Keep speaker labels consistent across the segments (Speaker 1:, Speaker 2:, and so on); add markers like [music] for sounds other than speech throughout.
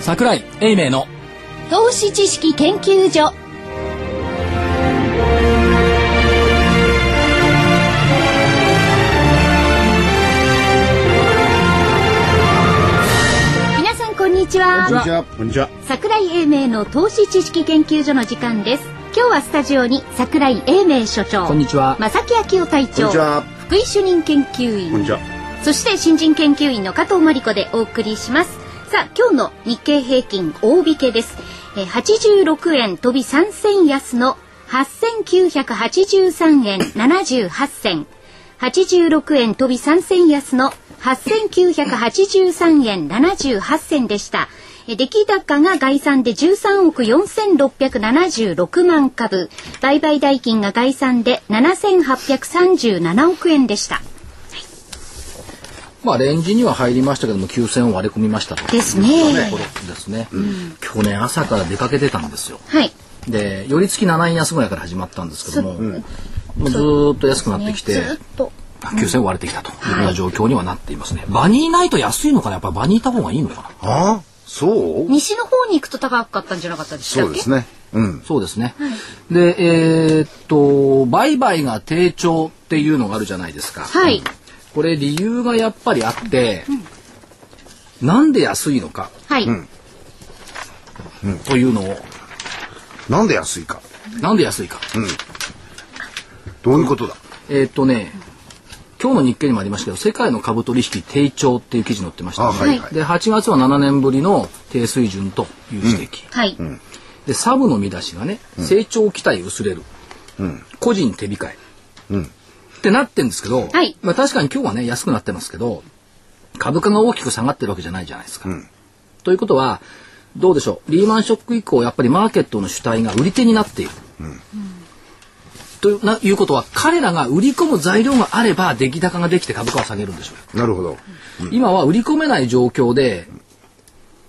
Speaker 1: 桜井英明の
Speaker 2: 投資知識研究所皆さんこんにちは
Speaker 3: こんにちは。こんにちは。
Speaker 2: 桜井英明の投資知識研究所の時間です今日はスタジオに桜井英明所長
Speaker 1: こんにちは
Speaker 2: 正木昭夫隊
Speaker 3: こん
Speaker 2: 長
Speaker 3: にちは。
Speaker 2: 福井主任研究員
Speaker 3: こんにちは。
Speaker 2: そして新人研究員の加藤真理子でお送りします。さあ、今日の日経平均大引けです。えー86円飛び3銭安の8983円78銭。86円飛び3銭安の8983円78銭でした。え出来高が概算で13億4676万株、売買代金が概算で7837億円でした。
Speaker 1: まあレンジには入りましたけども9000を割り込みましたと
Speaker 2: ですね
Speaker 1: ところですね、今日ね朝から出かけてたんですよ
Speaker 2: はい。
Speaker 1: で寄り付き7円安ぐらいから始まったんですけども、もうずーっと安くなってきて、
Speaker 2: ずっと。
Speaker 1: あ9000割れてきたというような状況にはなっていますね、場にいないと安いのかなやっぱ場にいた方がいいのかな
Speaker 3: あそう
Speaker 2: 西の方に行くと高かったんじゃなかったでした
Speaker 3: そ
Speaker 2: っ
Speaker 3: う
Speaker 2: け
Speaker 3: ですね。うん。
Speaker 1: そうですね。で、えーっと、売買が低調っていうのがあるじゃないですか。
Speaker 2: はい
Speaker 1: これ理由がやっぱりあって、なんで安いのか
Speaker 2: はい。
Speaker 1: というのを、
Speaker 3: なんで安いか。
Speaker 1: なんで安いか。
Speaker 3: どういうことだ。
Speaker 1: えーっとね、今日の日経にもありましたけど、世界の株取引低調っていう記事載ってましたよね、
Speaker 3: あはいは
Speaker 1: で、8月は7年ぶりの低水準という指摘。
Speaker 2: はい。
Speaker 1: で、サブの見出しがね、成長期待薄れる。個人手控え。ってなってんですけど、
Speaker 2: はい
Speaker 1: まあ確かに今日はね、安くなってますけど、株価が大きく下がってるわけじゃないじゃないですか。ということは、どうでしょう。リーマンショック以降、やっぱりマーケットの主体が売り手になっている。というないうことは、彼らが売り込む材料があれば、出来高ができて株価を下げるんでしょう。
Speaker 3: なるほど。
Speaker 1: 今は売り込めない状況で、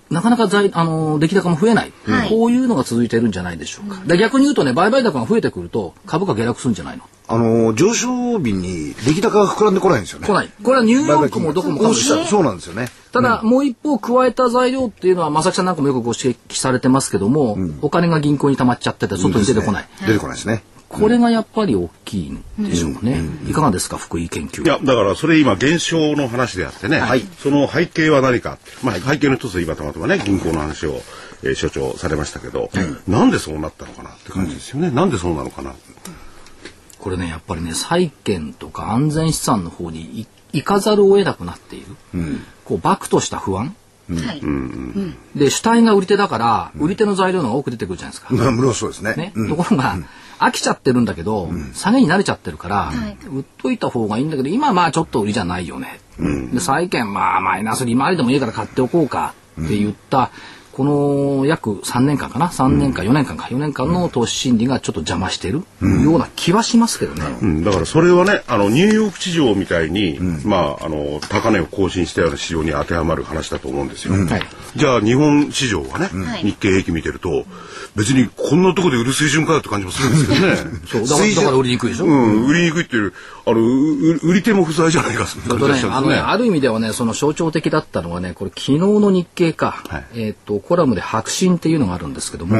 Speaker 1: なかなか在あの出来高も増えない、
Speaker 2: はい
Speaker 1: こういうのが続いてるんじゃないでしょうか。で逆に言うとね、売買高が増えてくると、株価下落するんじゃないの
Speaker 3: あのー、上昇日に出来高が膨らんでこないんですよね。
Speaker 1: 来ない。これはニューヨークもどこもか
Speaker 3: お
Speaker 1: も
Speaker 3: っ
Speaker 1: し
Speaker 3: し
Speaker 1: れ
Speaker 3: ゃ
Speaker 1: ない
Speaker 3: る。そうなんですよね。
Speaker 1: ただ、もう一方加えた材料っていうのは、正木さんなんかもよくご指摘されてますけども、お金が銀行に溜まっちゃってて、外に出てこない。
Speaker 3: 出てこないですね。
Speaker 1: これがやっぱり大きいんでしょうかね。いかがですか、福井研究。
Speaker 4: いや、だからそれ今、減少の話であってね、
Speaker 1: はい
Speaker 4: その背景は何か、まあ、背景の一つ、今たまたまね、銀行の話を、えー所長されましたけど、なんでそうなったのかなって感じですよね、なんでそうなのかな。
Speaker 1: これね、やっぱりね、債券とか安全資産の方にい行かざるを得なくなっている。こう、バクとした不安。
Speaker 2: はい。
Speaker 1: で主体が売り手だから、売り手の材料の方が多く出てくるじゃないですか。
Speaker 3: まあ無論そうですね。
Speaker 1: ね
Speaker 3: うん
Speaker 1: ところが、飽きちゃってるんだけど、下げに慣れちゃってるから、
Speaker 2: い
Speaker 1: 売っといた方がいいんだけど今はまあちょっと売りじゃないよね。で債券まあマイナス利回りでもいいから買っておこうかって言った、この約3年間かな3年間4年間か4年間の投資心理がちょっと邪魔してるような気はしますけどね。
Speaker 4: うん、だからそれはねあのニューヨーク市場みたいに、まあ、あの高値を更新したような市場に当てはまる話だと思うんですよ、
Speaker 1: はい
Speaker 4: じゃあ日本市場はね、
Speaker 2: はい
Speaker 4: 日経平均見てると別にこんなとこで売る水準かよって感じもするんですけどね
Speaker 1: そうだからだから売りにくいでしょ、
Speaker 4: うん、売りにくいっていうあのう売り手も不在じゃないかそんな
Speaker 1: それ
Speaker 4: 感
Speaker 1: と
Speaker 4: じが
Speaker 1: ね
Speaker 4: し、ちゃ
Speaker 1: あ
Speaker 4: うん
Speaker 1: の
Speaker 4: で
Speaker 1: ね、
Speaker 4: すね
Speaker 1: ある意味ではね、その象徴的だったのはね、これ昨日の日経か、
Speaker 4: はい
Speaker 1: えっ、と、コラムで白真っていうのがあるんですけども、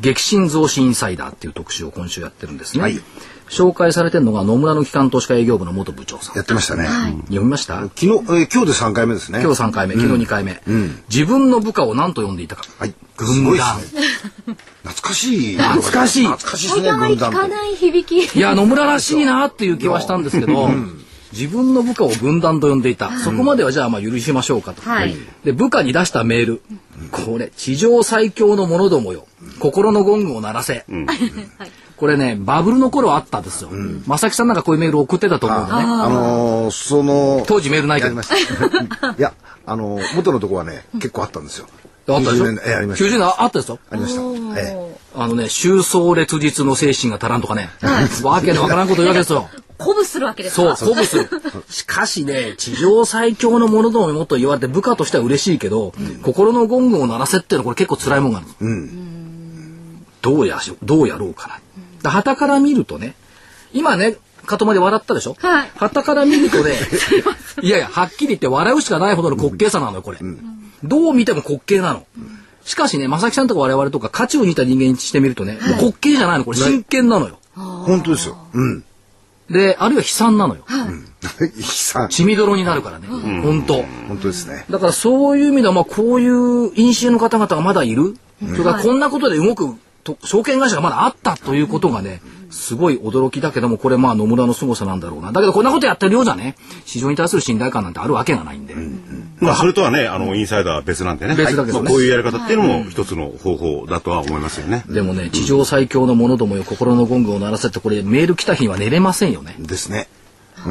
Speaker 1: 激震増進インサイダーっていう特集を今週やってるんですね。紹介されてるのが野村の機関投資家営業部の元部長さん。
Speaker 3: やってましたね。
Speaker 1: 読みました
Speaker 3: 昨日、えー今日で三回目ですね。
Speaker 1: 今日3回目、昨日2回目、自分の部下を何と呼んでいたか。
Speaker 3: はい。
Speaker 1: 軍
Speaker 3: す
Speaker 1: 団
Speaker 3: ごい。ですね。懐かしい。
Speaker 1: 懐かしい
Speaker 3: 懐かしいで
Speaker 2: お
Speaker 3: すね、
Speaker 2: 互い
Speaker 3: 軍
Speaker 2: 聞
Speaker 3: 団
Speaker 2: かない響き。
Speaker 1: いや、野村らしいなっていう気はしたんですけど、自分の部下を軍団と呼んでいた。そこまではじゃあまあ許しましょうかと。
Speaker 2: はい
Speaker 1: で、部下に出したメール。これ、地上最強の者どもよ。心のゴングを鳴らせ。これね、バブルの頃あったんですよ。正木さんなんかこういうメール送ってたと思うんでね。
Speaker 3: あのー、その、
Speaker 1: 当時メールないけど。あ
Speaker 3: やりま
Speaker 1: っ [laughs]
Speaker 3: した。いや、あの、元のとこはね、結構あったんですよ。
Speaker 1: たでしょ
Speaker 3: 90年代ええありました。
Speaker 1: 90年代あったでしょ
Speaker 3: ありました。え
Speaker 1: あのね、終走烈日の精神が足らんとかね。わけのわからんこと言うわけですよ。
Speaker 2: 鼓舞するわけです
Speaker 1: そう、
Speaker 2: か
Speaker 1: 鼓舞する。しかしね、地上最強のものどももっと言われて部下としては嬉しいけど、心のゴングを鳴らせっていうのはこれ結構辛いもんがある。どうやし、どうやろうかな。だ旗から見るとね、今ね、かとまで笑ったでしょ
Speaker 2: はい
Speaker 1: 旗から見ると [laughs] ね、いやいや、はっきり言って笑うしかないほどの滑稽さなのよ、これ。どう見ても滑稽なの。しかしね、正木さんとか我々とか価値を似た人間にしてみるとね、もう滑稽じゃないの、これ真剣なのよ。
Speaker 3: 本当ですよ。うん。 [laughs]
Speaker 1: で、あるいは悲惨なのよ。
Speaker 3: 悲惨。
Speaker 1: 血みどろになるからね、本当。
Speaker 3: 本当ですね。
Speaker 1: だからそういう意味では、まあ、こういう飲酒の方々がまだいる、それからこんなことで動くと証券会社がまだあったということがね、すごい驚きだけども、これまあ野村の凄さなんだろうな。だけどこんなことやってるようじゃね、市場に対する信頼感なんてあるわけがないんで。
Speaker 4: まあ、それとはね、あの、インサイダーは別なんでね。
Speaker 1: 別だけどね
Speaker 4: まあこういうやり方っていうのも一つの方法だとは思いますよね。
Speaker 1: でもね、地上最強の者どもよ、心のゴングを鳴らせって、これメール来た日には寝れませんよね。
Speaker 3: ですね。 [laughs]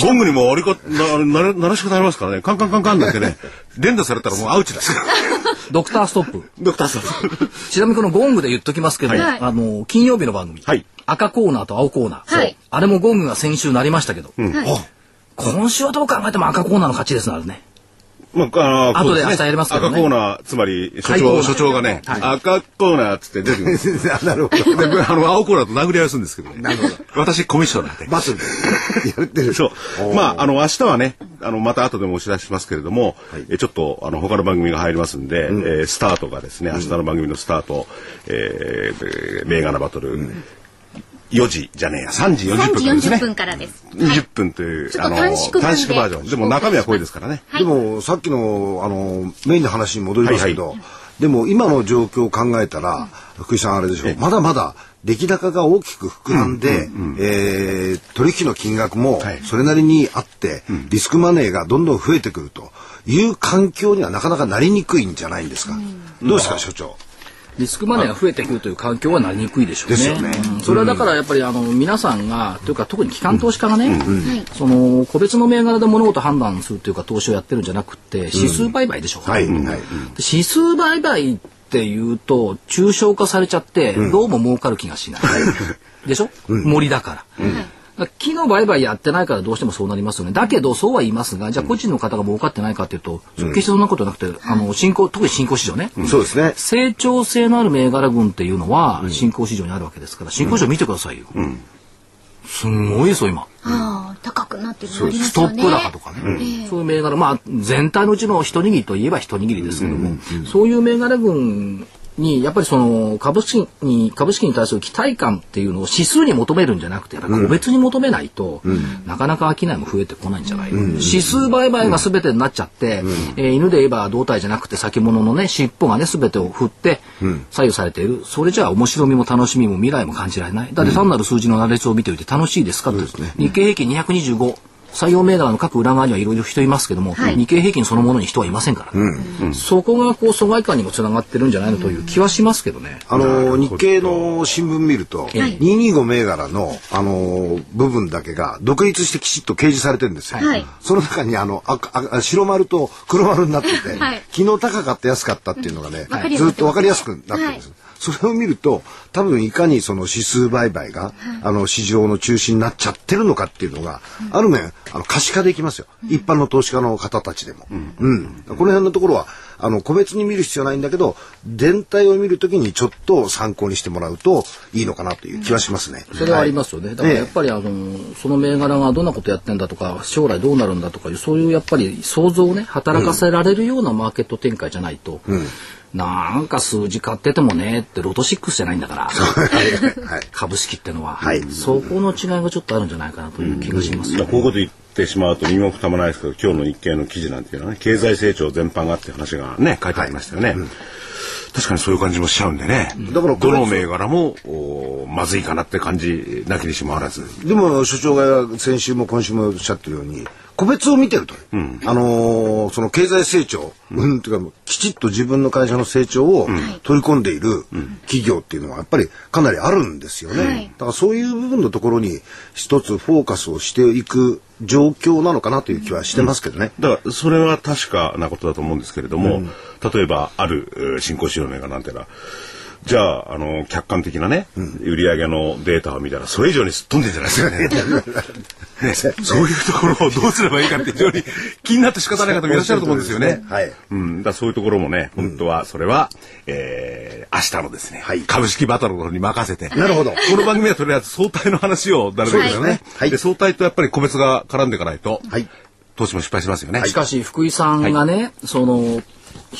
Speaker 4: ゴングにもありか、な、なれ、鳴らし方ありますからね。カンカンカンカンだってね、 [laughs] 連打されたらもうアウチですから。
Speaker 1: [laughs] ドクターストップ。
Speaker 4: ドクターさん。
Speaker 1: ちなみにこのゴングで言っときますけど、あの、金曜日の番組、
Speaker 4: [laughs] はい
Speaker 1: 赤コーナーと青コーナー、
Speaker 2: はい
Speaker 1: あれもゴングが先週なりましたけど、
Speaker 2: はい
Speaker 1: 今週はどう考えても赤コーナーの勝ちですなるね。
Speaker 4: まあ、あ
Speaker 1: 後
Speaker 4: の、
Speaker 1: で
Speaker 4: そうすね
Speaker 1: 明日やりますけどね
Speaker 4: 赤コーナー、つまり、所
Speaker 1: はいコーナー
Speaker 4: 長、所長がね、
Speaker 1: はい
Speaker 4: 赤コーナーっつって出てくるん
Speaker 1: [laughs]
Speaker 4: ですよ。
Speaker 3: なるほど。
Speaker 4: で、あの、青コーナーと殴り合いをするんですけどね。私、コミッショナーで。
Speaker 3: バトル。やってる。
Speaker 4: そう。まあ、あの、明日はね、あの、また後でもお知らせしますけれども、えちょっと、あの、他の番組が入りますんで、えースタートがですね、明日の番組のスタート、えー、銘柄バトル、4時じゃねえや、3時40分から
Speaker 2: 3
Speaker 4: で
Speaker 2: 時
Speaker 4: す
Speaker 2: 40分
Speaker 4: ね。
Speaker 2: からです。
Speaker 4: 20分という、
Speaker 2: ちょっと短縮版で
Speaker 4: 短縮バージョン。でも中身は濃いですからね。
Speaker 2: はい
Speaker 3: でもさっきのあのメインの話に戻りますけど、
Speaker 4: はい
Speaker 3: でも今の状況を考えたら、福井さんあれでしょまだまだ出来高が大きく膨らんで、えー取引の金額も
Speaker 4: はい
Speaker 3: それなりにあって、リスクマネーがどんどん増えてくるという環境にはなかなかなりにくいんじゃないんですか、どうですか所長
Speaker 1: リスクマネーが増えてくるという環境はなりにくいでしょうね。
Speaker 3: ですよね
Speaker 1: うんそれはだからやっぱりあの皆さんがというか特に機関投資家がね、その個別の銘柄で物事を判断するというか投資をやってるんじゃなくて指数売買でしょう、
Speaker 3: はい、はい、
Speaker 1: 指数売買っていうと抽象化されちゃってどうも儲かる気がしない、でしょ、森だから。だから木の売買やってないからどうしてもそうなりますよね。だけど、そうは言いますが、じゃあ個人の方が儲かってないかっていうと、決してそんなことなくて、あの、新興、特に新興市場ね。
Speaker 3: そうですね
Speaker 1: 成長性のある銘柄群っていうのは新興市場にあるわけですから新興市場見てくださいよ、すんごいですよ今
Speaker 2: ああ、高くなってるのありま
Speaker 1: ス
Speaker 2: す
Speaker 1: ト
Speaker 2: よ
Speaker 1: ッ
Speaker 2: ね。
Speaker 1: プ高とかね、そういう銘柄まあ全体のうちの一握りといえば一握りですけども、そういう銘柄群にやっぱりその株式に株式に対する期待感っていうのを指数に求めるんじゃなくてやっぱり個別に求めないと、なかなか商いも増えてこないんじゃないか、指数売買が全てになっちゃって、えー犬で言えば胴体じゃなくて先物のね尻尾がね全てを振って左右されている、それじゃあ面白みも楽しみも未来も感じられないだって単なる数字の羅列を見ておいて楽しいですかって、日経平均225採用銘柄の各裏側にはいろいろ人いますけども、
Speaker 2: はい
Speaker 1: 日経平均そのものに人はいませんから、そこがこう疎外感にもつながってるんじゃないのという気はしますけどね。
Speaker 3: あの日経の新聞見ると、225銘柄のあの部分だけが独立してきちっと掲示されてるんですよ。
Speaker 2: はい
Speaker 3: その中にあの赤赤白丸と黒丸になってて、
Speaker 2: はい
Speaker 3: 昨日高かった安かったっていうのがね、
Speaker 2: わかりやすく
Speaker 3: ずっとわかりやすくなってるんです。
Speaker 2: は
Speaker 3: それを見ると多分いかにその指数売買が、あの市場の中心になっちゃってるのかっていうのが、ある面あの可視化できますよ、一般の投資家の方たちでも、うんこの辺のところはあの個別に見る必要ないんだけど全体を見るときにちょっと参考にしてもらうといいのかなという気はしますね。
Speaker 1: それはありますよね。だからやっぱりあのその銘柄がどんなことやってんだとか将来どうなるんだとかいうそういうやっぱり想像をね働かせられるようなマーケット展開じゃないと、なんか数字買っててもねってロト6じゃないんだから
Speaker 3: はいはい
Speaker 1: 株式ってのは、
Speaker 3: はい
Speaker 1: そこの違いがちょっとあるんじゃないかなという気がします
Speaker 4: いや
Speaker 1: よ。
Speaker 4: こういうこと言ってしまうと身も蓋もないですけど今日の日経の記事なんていうのはね経済成長全般がって話がね書いてありましたよね、確かにそういう感じもしちゃうんでね、
Speaker 3: だから
Speaker 4: どの銘柄もおまずいかなって感じなきにしもあらず
Speaker 3: でも所長が先週も今週もおっしゃってるように個別を見てると、あのーその経済成長、うん、というかもうきちっと自分の会社の成長を取り込んでいる企業っていうのはやっぱりかなりあるんですよね、
Speaker 2: はい
Speaker 3: だからそういう部分のところに一つフォーカスをしていく状況なのかなという気はしてますけどね、
Speaker 4: だからそれは確かなことだと思うんですけれども、例えばあるえー新興市場の銘柄なんてのはじゃああの客観的なね、売り上げのデータを見たらそれ以上にすっ飛んでんじゃないですかね [laughs] ねそういうところをどうすればいいかって非常に [laughs] 気になって仕方ない方もいらっしゃると思うんですよね。
Speaker 3: はい
Speaker 4: うん、だからそういうところもね、本当はそれは、えー、明日のですね、
Speaker 3: はい
Speaker 4: 株式バトルの方に任せて、 [laughs]
Speaker 3: なるほど
Speaker 4: この番組はとりあえず相対の話をなるべくです
Speaker 3: そうですね。
Speaker 4: ね
Speaker 3: はい
Speaker 4: で相対とやっぱり個別が絡んでいかないと、
Speaker 3: はい
Speaker 4: 投資も失敗しますよね。
Speaker 1: しかし福井さんがね、その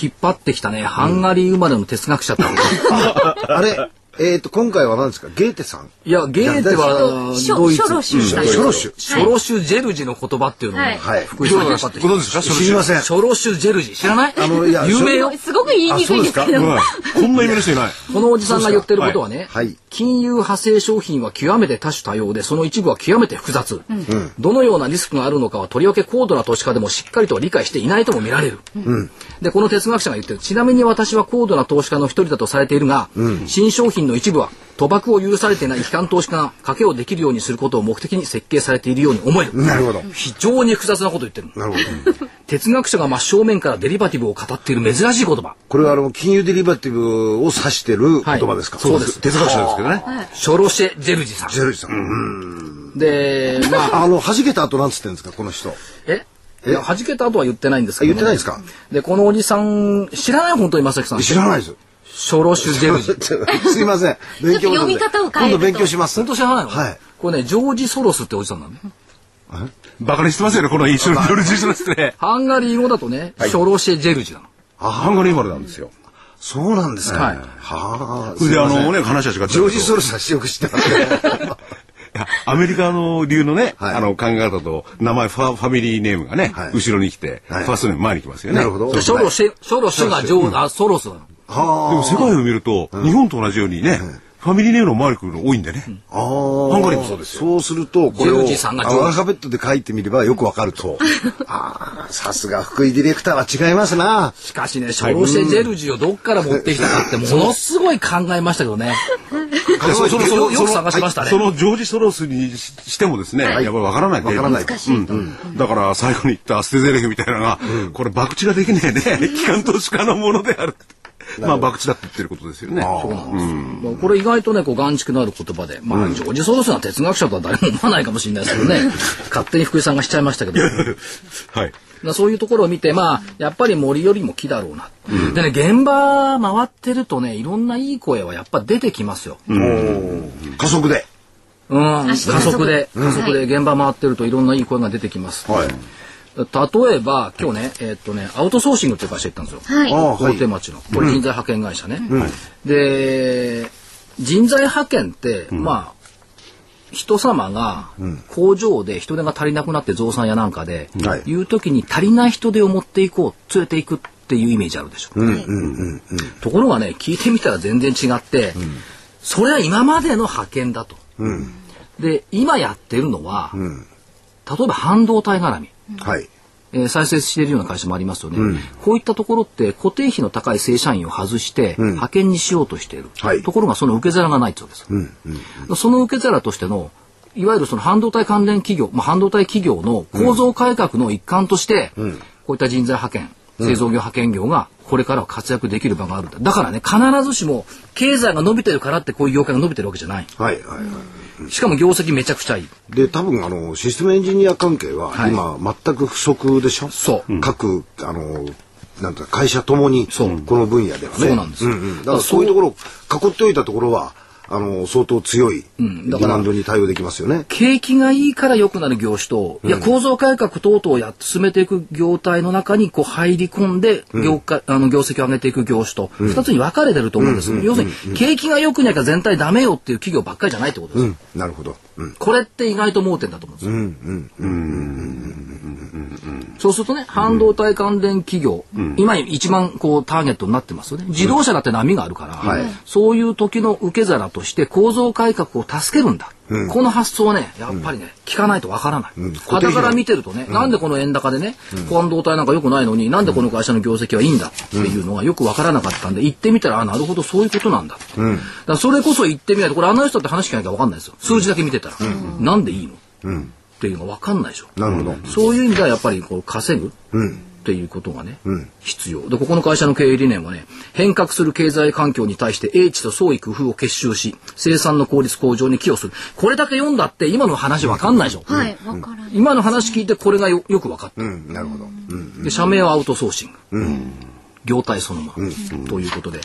Speaker 1: 引っ張ってきたねハンガリー生まれの哲学者ってこと、
Speaker 3: あれ、えっと、今回は何ですかゲーテさん。
Speaker 1: [laughs] いやゲーテは
Speaker 2: ショ
Speaker 1: ドイツ
Speaker 2: ショロシュさん
Speaker 3: ショロシュ。
Speaker 1: ショロシュ・ジェルジの言葉っていうのをね、
Speaker 3: はい
Speaker 1: 福井さんが引っ張ってき
Speaker 4: ご
Speaker 1: た
Speaker 4: 存知ですか
Speaker 3: 知りません。
Speaker 1: ショロシュ・ジェルジ知らない
Speaker 3: あのいや
Speaker 1: 有名よ
Speaker 2: すごく言いにくいですけど。
Speaker 4: うんこんな夢の人いない。
Speaker 1: このおじさんが言ってることはね、
Speaker 3: はいはい
Speaker 1: 金融派生商品は極めて多種多様で、その一部は極めて複雑。どのようなリスクがあるのかは、とりわけ高度な投資家でもしっかりと理解していないとも見られる。で、この哲学者が言ってる、ちなみに私は高度な投資家の一人だとされているが、新商品の一部は、賭博を許されていない機関投資家が賭けをできるようにすることを目的に設計されているように思える。
Speaker 3: なるほど。
Speaker 1: 非常に複雑なことを言ってるの。
Speaker 3: なるほど。
Speaker 1: 哲学者が真正面からデリバティブを語っている珍しい言葉。
Speaker 3: これはあの、金融デリバティブを指してる言葉ですか、
Speaker 1: はいそうです
Speaker 4: 哲学者ですけどね。
Speaker 1: ショロシェ・ジェルジさん
Speaker 3: ジ。ェルジさん。うん
Speaker 1: で、まあ、
Speaker 3: あの、弾けた後なんつってんですかこの人。あ
Speaker 1: えいや、弾けた後は言ってないんですけど、
Speaker 3: 言ってないですか
Speaker 1: で、このおじさん、知らない本当に正木さん。
Speaker 3: 知らないです。
Speaker 1: ショロシュジェ
Speaker 3: [laughs]
Speaker 1: ルジ。
Speaker 3: すいません。勉強不足
Speaker 2: ちょっと読
Speaker 3: で
Speaker 2: み方を変えると
Speaker 3: 今度勉強します。
Speaker 1: 本当知らないの
Speaker 3: はい。
Speaker 1: これね、ジョージ・ソロスっておじさんなのね。
Speaker 4: バカにしてますよね、この一緒に。いろいろ重視してね。
Speaker 1: ハンガリー語だとね、ショロシェ・ジェルジなの。
Speaker 4: ハンガリー生まれなんですよ。
Speaker 3: そうなんですか。
Speaker 1: はい
Speaker 3: はあ。
Speaker 4: それで、あの、ね、話は違って。
Speaker 3: ジョージ・ソルサしよく知ってますね
Speaker 4: いやアメリカの流のね、
Speaker 3: はい
Speaker 4: あの考え方と名前ファファミリーネームがね、
Speaker 3: はい
Speaker 4: 後ろに来て、
Speaker 3: はい
Speaker 4: ファーストネーム前に来ますよね。
Speaker 3: なるほど。
Speaker 1: でショロシェ、ショロシュがジョージ、あ、ソロスなの。
Speaker 4: でも世界を見ると、日本と同じようにね、ファミリーネームの前に来るの多いんでね。
Speaker 3: あー
Speaker 4: ハンガリーもそうですよ
Speaker 3: そうすると、これを、
Speaker 1: ジェルジさんが
Speaker 3: あのアルファベットで書いてみればよくわかると。ああ、さすが福井ディレクターは違いますな。
Speaker 1: しかしね、ショロシェ・ジェルジをどっから持ってきたかって、ものすごい考えましたけどね。
Speaker 4: でそそのその
Speaker 1: よ
Speaker 4: そ
Speaker 1: く
Speaker 4: の
Speaker 1: 探しましたね
Speaker 4: そのジョージ・ソロスにししてもですね、やっぱりわからない
Speaker 3: わからない
Speaker 4: うんうんだから最後に言ったステゼレフみたいなのが、これ、博打ができ
Speaker 1: [laughs]
Speaker 4: ないね、機関投資家のものであるって。まあ、博打だって言ってることですよね。
Speaker 1: まあこれ意外とね、こう、眼蓄のある言葉で、まあ、ジョージ・ソロスが哲学者とは誰も思わないかもしれないですけど
Speaker 3: [laughs]
Speaker 1: ね、勝手に福井さんがしちゃいましたけど。
Speaker 4: [laughs] はい。
Speaker 1: まあそういうところを見て、まあ、やっぱり森よりも木だろうな。でね、現場回ってるとね、いろんないい声はやっぱ出てきますよ。うん。
Speaker 3: 加速で。
Speaker 1: 加速で、加速で現場回ってるといろんないい声が出てきます。
Speaker 3: はい。
Speaker 1: 例えば、今日ね、えーっとね、アウトソーシングっていう会社行ったんですよ。
Speaker 2: はい。
Speaker 3: あは
Speaker 1: 大
Speaker 3: い
Speaker 1: 手。町の。これ人材派遣会社ね。で、人材派遣って、まあ、人様が工場で人手が足りなくなって増産やなんかで、
Speaker 3: はい
Speaker 1: いう時に足りない人手を持っていこう連れていくっていうイメージあるでしょ、ところがね聞いてみたら全然違って、それは今までの派遣だと、で今やってるのは、例えば半導体絡み、
Speaker 3: はい。
Speaker 1: えー再生しているような会社もありますよね、こういったところって固定費の高い正社員を外して派遣にしようとしている、
Speaker 3: はい
Speaker 1: ところがその受け皿がないそうです、その受け皿としてのいわゆるその半導体関連企業、まあ、半導体企業の構造改革の一環として、こういった人材派遣製造業派遣業がこれからは活躍できる場があるんだだからね必ずしも経済が伸びてるからってこういう業界が伸びてるわけじゃない
Speaker 3: はい。はい。
Speaker 1: しかも業績めちゃくちゃいい
Speaker 3: で、多分、あの、システムエンジニア関係は、
Speaker 1: はい
Speaker 3: 今、全く不足でしょ
Speaker 1: そう
Speaker 3: 各、あの、なんていうか会社ともに、こ
Speaker 1: う
Speaker 3: の分野ではね。
Speaker 1: そうなんですよ
Speaker 3: んだから、そういうところを囲っておいたところは、あの、相当強い、デ
Speaker 1: んだ
Speaker 3: ィ
Speaker 1: から
Speaker 3: マンドに対応できますよね。
Speaker 1: 景気がいいから良くなる業種と、いや構造改革等々をやって進めていく業態の中にこう入り込んで業界、あの業績を上げていく業種と二つに分かれてると思うんです、要するに景気が良くなきゃ全体ダメよっていう企業ばっかりじゃないってことです、
Speaker 3: うん。なるほど。うん。
Speaker 1: これって意外と盲点だと思うんですよ。そうするとね半導体関連企業、今一番こうターゲットになってますよね自動車だって波があるから、
Speaker 3: はい
Speaker 1: そういう時の受け皿として構造改革を助けるんだ、この発想はねやっぱりね、聞かないとわからない肌、から見てるとね、なんでこの円高でね半導体なんか良くないのになんでこの会社の業績はいいんだっていうのがよくわからなかったんで行ってみたらあなるほどそういうことなんだって、だからそれこそ行ってみないとこれアナリストだって話聞かなきゃわかんないですよ数字だけ見てたら、なんでいいの、っていうのがわかんないでしょ
Speaker 3: なるほど。
Speaker 1: そういう意味ではやっぱりこう稼ぐっていうことがね、必要。で、ここの会社の経営理念はね、変革する経済環境に対して英知と創意工夫を結集し、生産の効率向上に寄与する。これだけ読んだって今の話わかんないでしょ。
Speaker 2: はい。わからない。
Speaker 1: 今の話聞いてこれがよよく分かった。
Speaker 3: うん。なるほど。うん。
Speaker 1: で、社名はアウトソーシング。業態そのまま。ということで。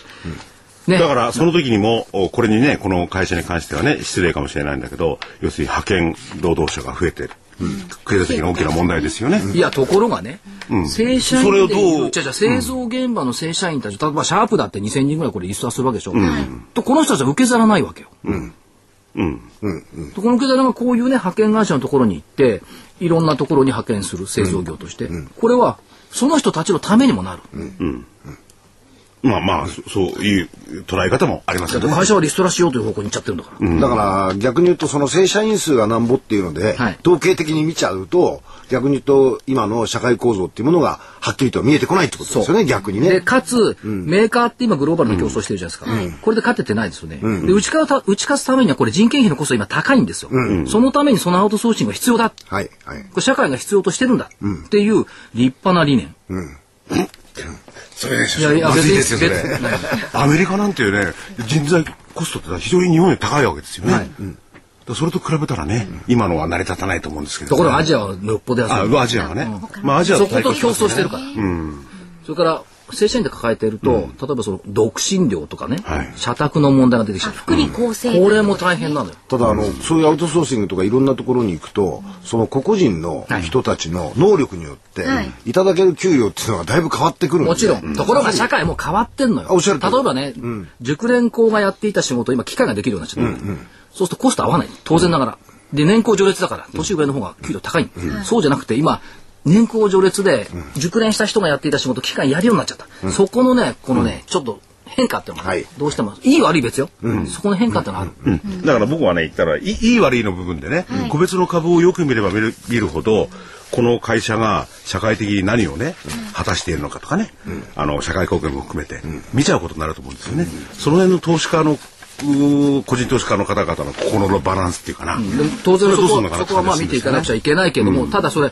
Speaker 1: ね
Speaker 4: だから、その時にも、おこれにね、この会社に関してはね、失礼かもしれないんだけど、要するに派遣労働者が増えてる。経済的な大きな問題ですよね。
Speaker 1: いや、ところがね、正社員
Speaker 4: それを
Speaker 1: で
Speaker 4: ど
Speaker 1: いうう、じゃじゃ製造現場の正社員たち、例えばシャープだって2000人ぐらいこれリストアするわけでしょ。と、この人たちは受け皿ないわけよ。
Speaker 4: うん。
Speaker 1: とこの受け皿がこういうね、派遣会社のところに行って、いろんなところに派遣する、製造業として。これは、その人たちのためにもなる。
Speaker 4: まあまあ、そそういう捉え方もあります
Speaker 1: だ
Speaker 4: よ
Speaker 1: って
Speaker 4: ね。
Speaker 1: 会社はリストラしようという方向に行っちゃってるんだから。
Speaker 3: だから逆に言うとその正社員数がなんぼっていうので、
Speaker 1: はい
Speaker 3: 統計的に見ちゃうと逆に言うと今の社会構造っていうものがはっきりと見えてこないってことですよね逆に
Speaker 1: で、
Speaker 3: ね。
Speaker 1: かつ、メーカーって今グローバルな競争してるじゃないですか。これで勝ててないですよね。で、打ち勝た打ち勝つためにはこれ人件費のコスト今高いんですよ。そのためにそのアウトソーシングが必要だ。
Speaker 3: はいはい。
Speaker 1: これ社会が必要としてるんだっていう立派な理念。
Speaker 4: それね
Speaker 1: いやいや
Speaker 4: まずいですよ、そ
Speaker 1: 別
Speaker 4: れ
Speaker 1: に別。
Speaker 4: アメリカなんていうね、人材コストって非常に日本より高いわけですよね。うんだからそれと比べたらね、今のは成り立たないと思うんですけど、
Speaker 1: ところがアジアはよっぽど安い。
Speaker 4: あアジアはね。まあアジア
Speaker 1: そ
Speaker 4: と
Speaker 1: こ
Speaker 4: 対
Speaker 1: と
Speaker 4: 抗
Speaker 1: 競争してる
Speaker 4: ら。
Speaker 1: から。それから、正社員で抱えていると、例えばその独身料とかね、
Speaker 4: はい
Speaker 1: 社宅の問題が出てきちゃう。
Speaker 2: 福利厚生。
Speaker 1: これも大変なのよ。
Speaker 3: ただあの、そういうアウトソーシングとかいろんなところに行くとその個々人の人たちの能力によって、
Speaker 2: はい
Speaker 3: い、ただける給与っていうのがだいぶ変わってくるんで
Speaker 1: もちろん。ところが社会も変わってんのよ。
Speaker 3: あおっしゃる通
Speaker 1: 例
Speaker 3: り
Speaker 1: えばね、熟練工がやっていた仕事、今機械ができるようになっちゃった、そうするとコスト合わない。当然ながら。で、年功序列だから、年上の方が給料高い。そうじゃなくて、今、年功序列で、熟練した人がやっていた仕事、機械やるようになっちゃった。そこのね、このね、ちょっと変化っていうのが
Speaker 3: は
Speaker 1: ね
Speaker 3: い、
Speaker 1: どうしても、いい悪い別よ。そこの変化っていうのがある。
Speaker 4: うんだから僕はね、言ったら、いいいい悪いの部分でね、個別の株をよく見れば見る見るほど、この会社が社会的に何をね、果たしているのかとかね、あの、社会貢献も含めて、見ちゃうことになると思うんですよね。その辺の投資家の、うー個人投資家の方々の心のバランスっていうかな。
Speaker 1: でも当然
Speaker 4: そ
Speaker 1: そ
Speaker 4: れどうす
Speaker 1: こ
Speaker 4: んの
Speaker 1: は
Speaker 4: かな
Speaker 1: そこはまあ見ていかなくちゃいけないけども、ただそれ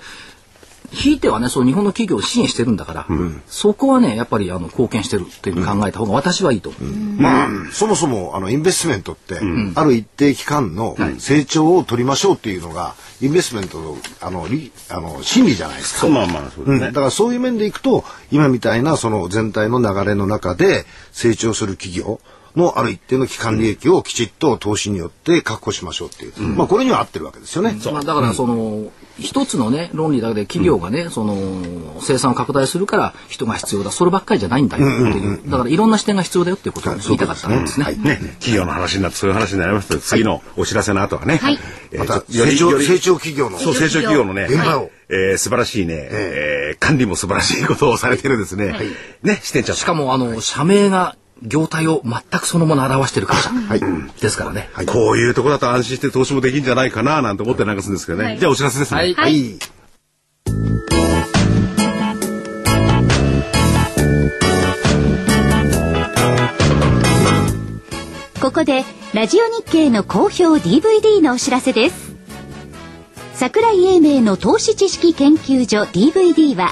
Speaker 1: ひいてはねその日本の企業を支援してるんだから、そこはねやっぱりあの貢献してるっていうふうに考えた方が私はいいと思う、
Speaker 3: まあ、そもそもあのインベストメントって、ある一定期間の成長を取りましょうっていうのが、インベストメントのあのりあの心理じゃないですか。
Speaker 4: まあまあ、そう
Speaker 3: う
Speaker 4: で
Speaker 3: ん、
Speaker 4: すね
Speaker 3: だ。からそういう面でいくと今みたいなその全体の流れの中で成長する企業のある一定の期間利益をきちっと投資によって確保しましょうっていう、まあこれには合ってるわけですよね。
Speaker 1: まあ、だからその、一つのね論理だけで企業がね、その生産を拡大するから人が必要だそればっかりじゃないんだよっていう,、だからいろんな視点が必要だよっていうことを言いたかったんですね。
Speaker 4: ね、企業の話になって、そういう話になりますと、次のお知らせの後はね、
Speaker 2: はい
Speaker 4: えー
Speaker 3: また
Speaker 4: ちょよ
Speaker 3: 成
Speaker 4: りよ
Speaker 3: 長
Speaker 4: り
Speaker 3: 成長企業の
Speaker 4: そう、成長企業のね、
Speaker 3: 現場を
Speaker 4: えー素晴らしいね、えー管理も素晴らしいことをされてるんですね。ね、支店長。
Speaker 1: しかもあの社名が業態を全くそのもの表してる会社ですからね。
Speaker 4: はいこういうとこだと安心して投資もできるんじゃないかななんて思ってなんかするんですけどね。
Speaker 2: はい
Speaker 4: じゃあお知らせですね。
Speaker 1: はい
Speaker 2: はい
Speaker 3: はい
Speaker 2: ここでラジオ日経の好評 DVD のお知らせです桜井英明の投資知識研究所 DVD は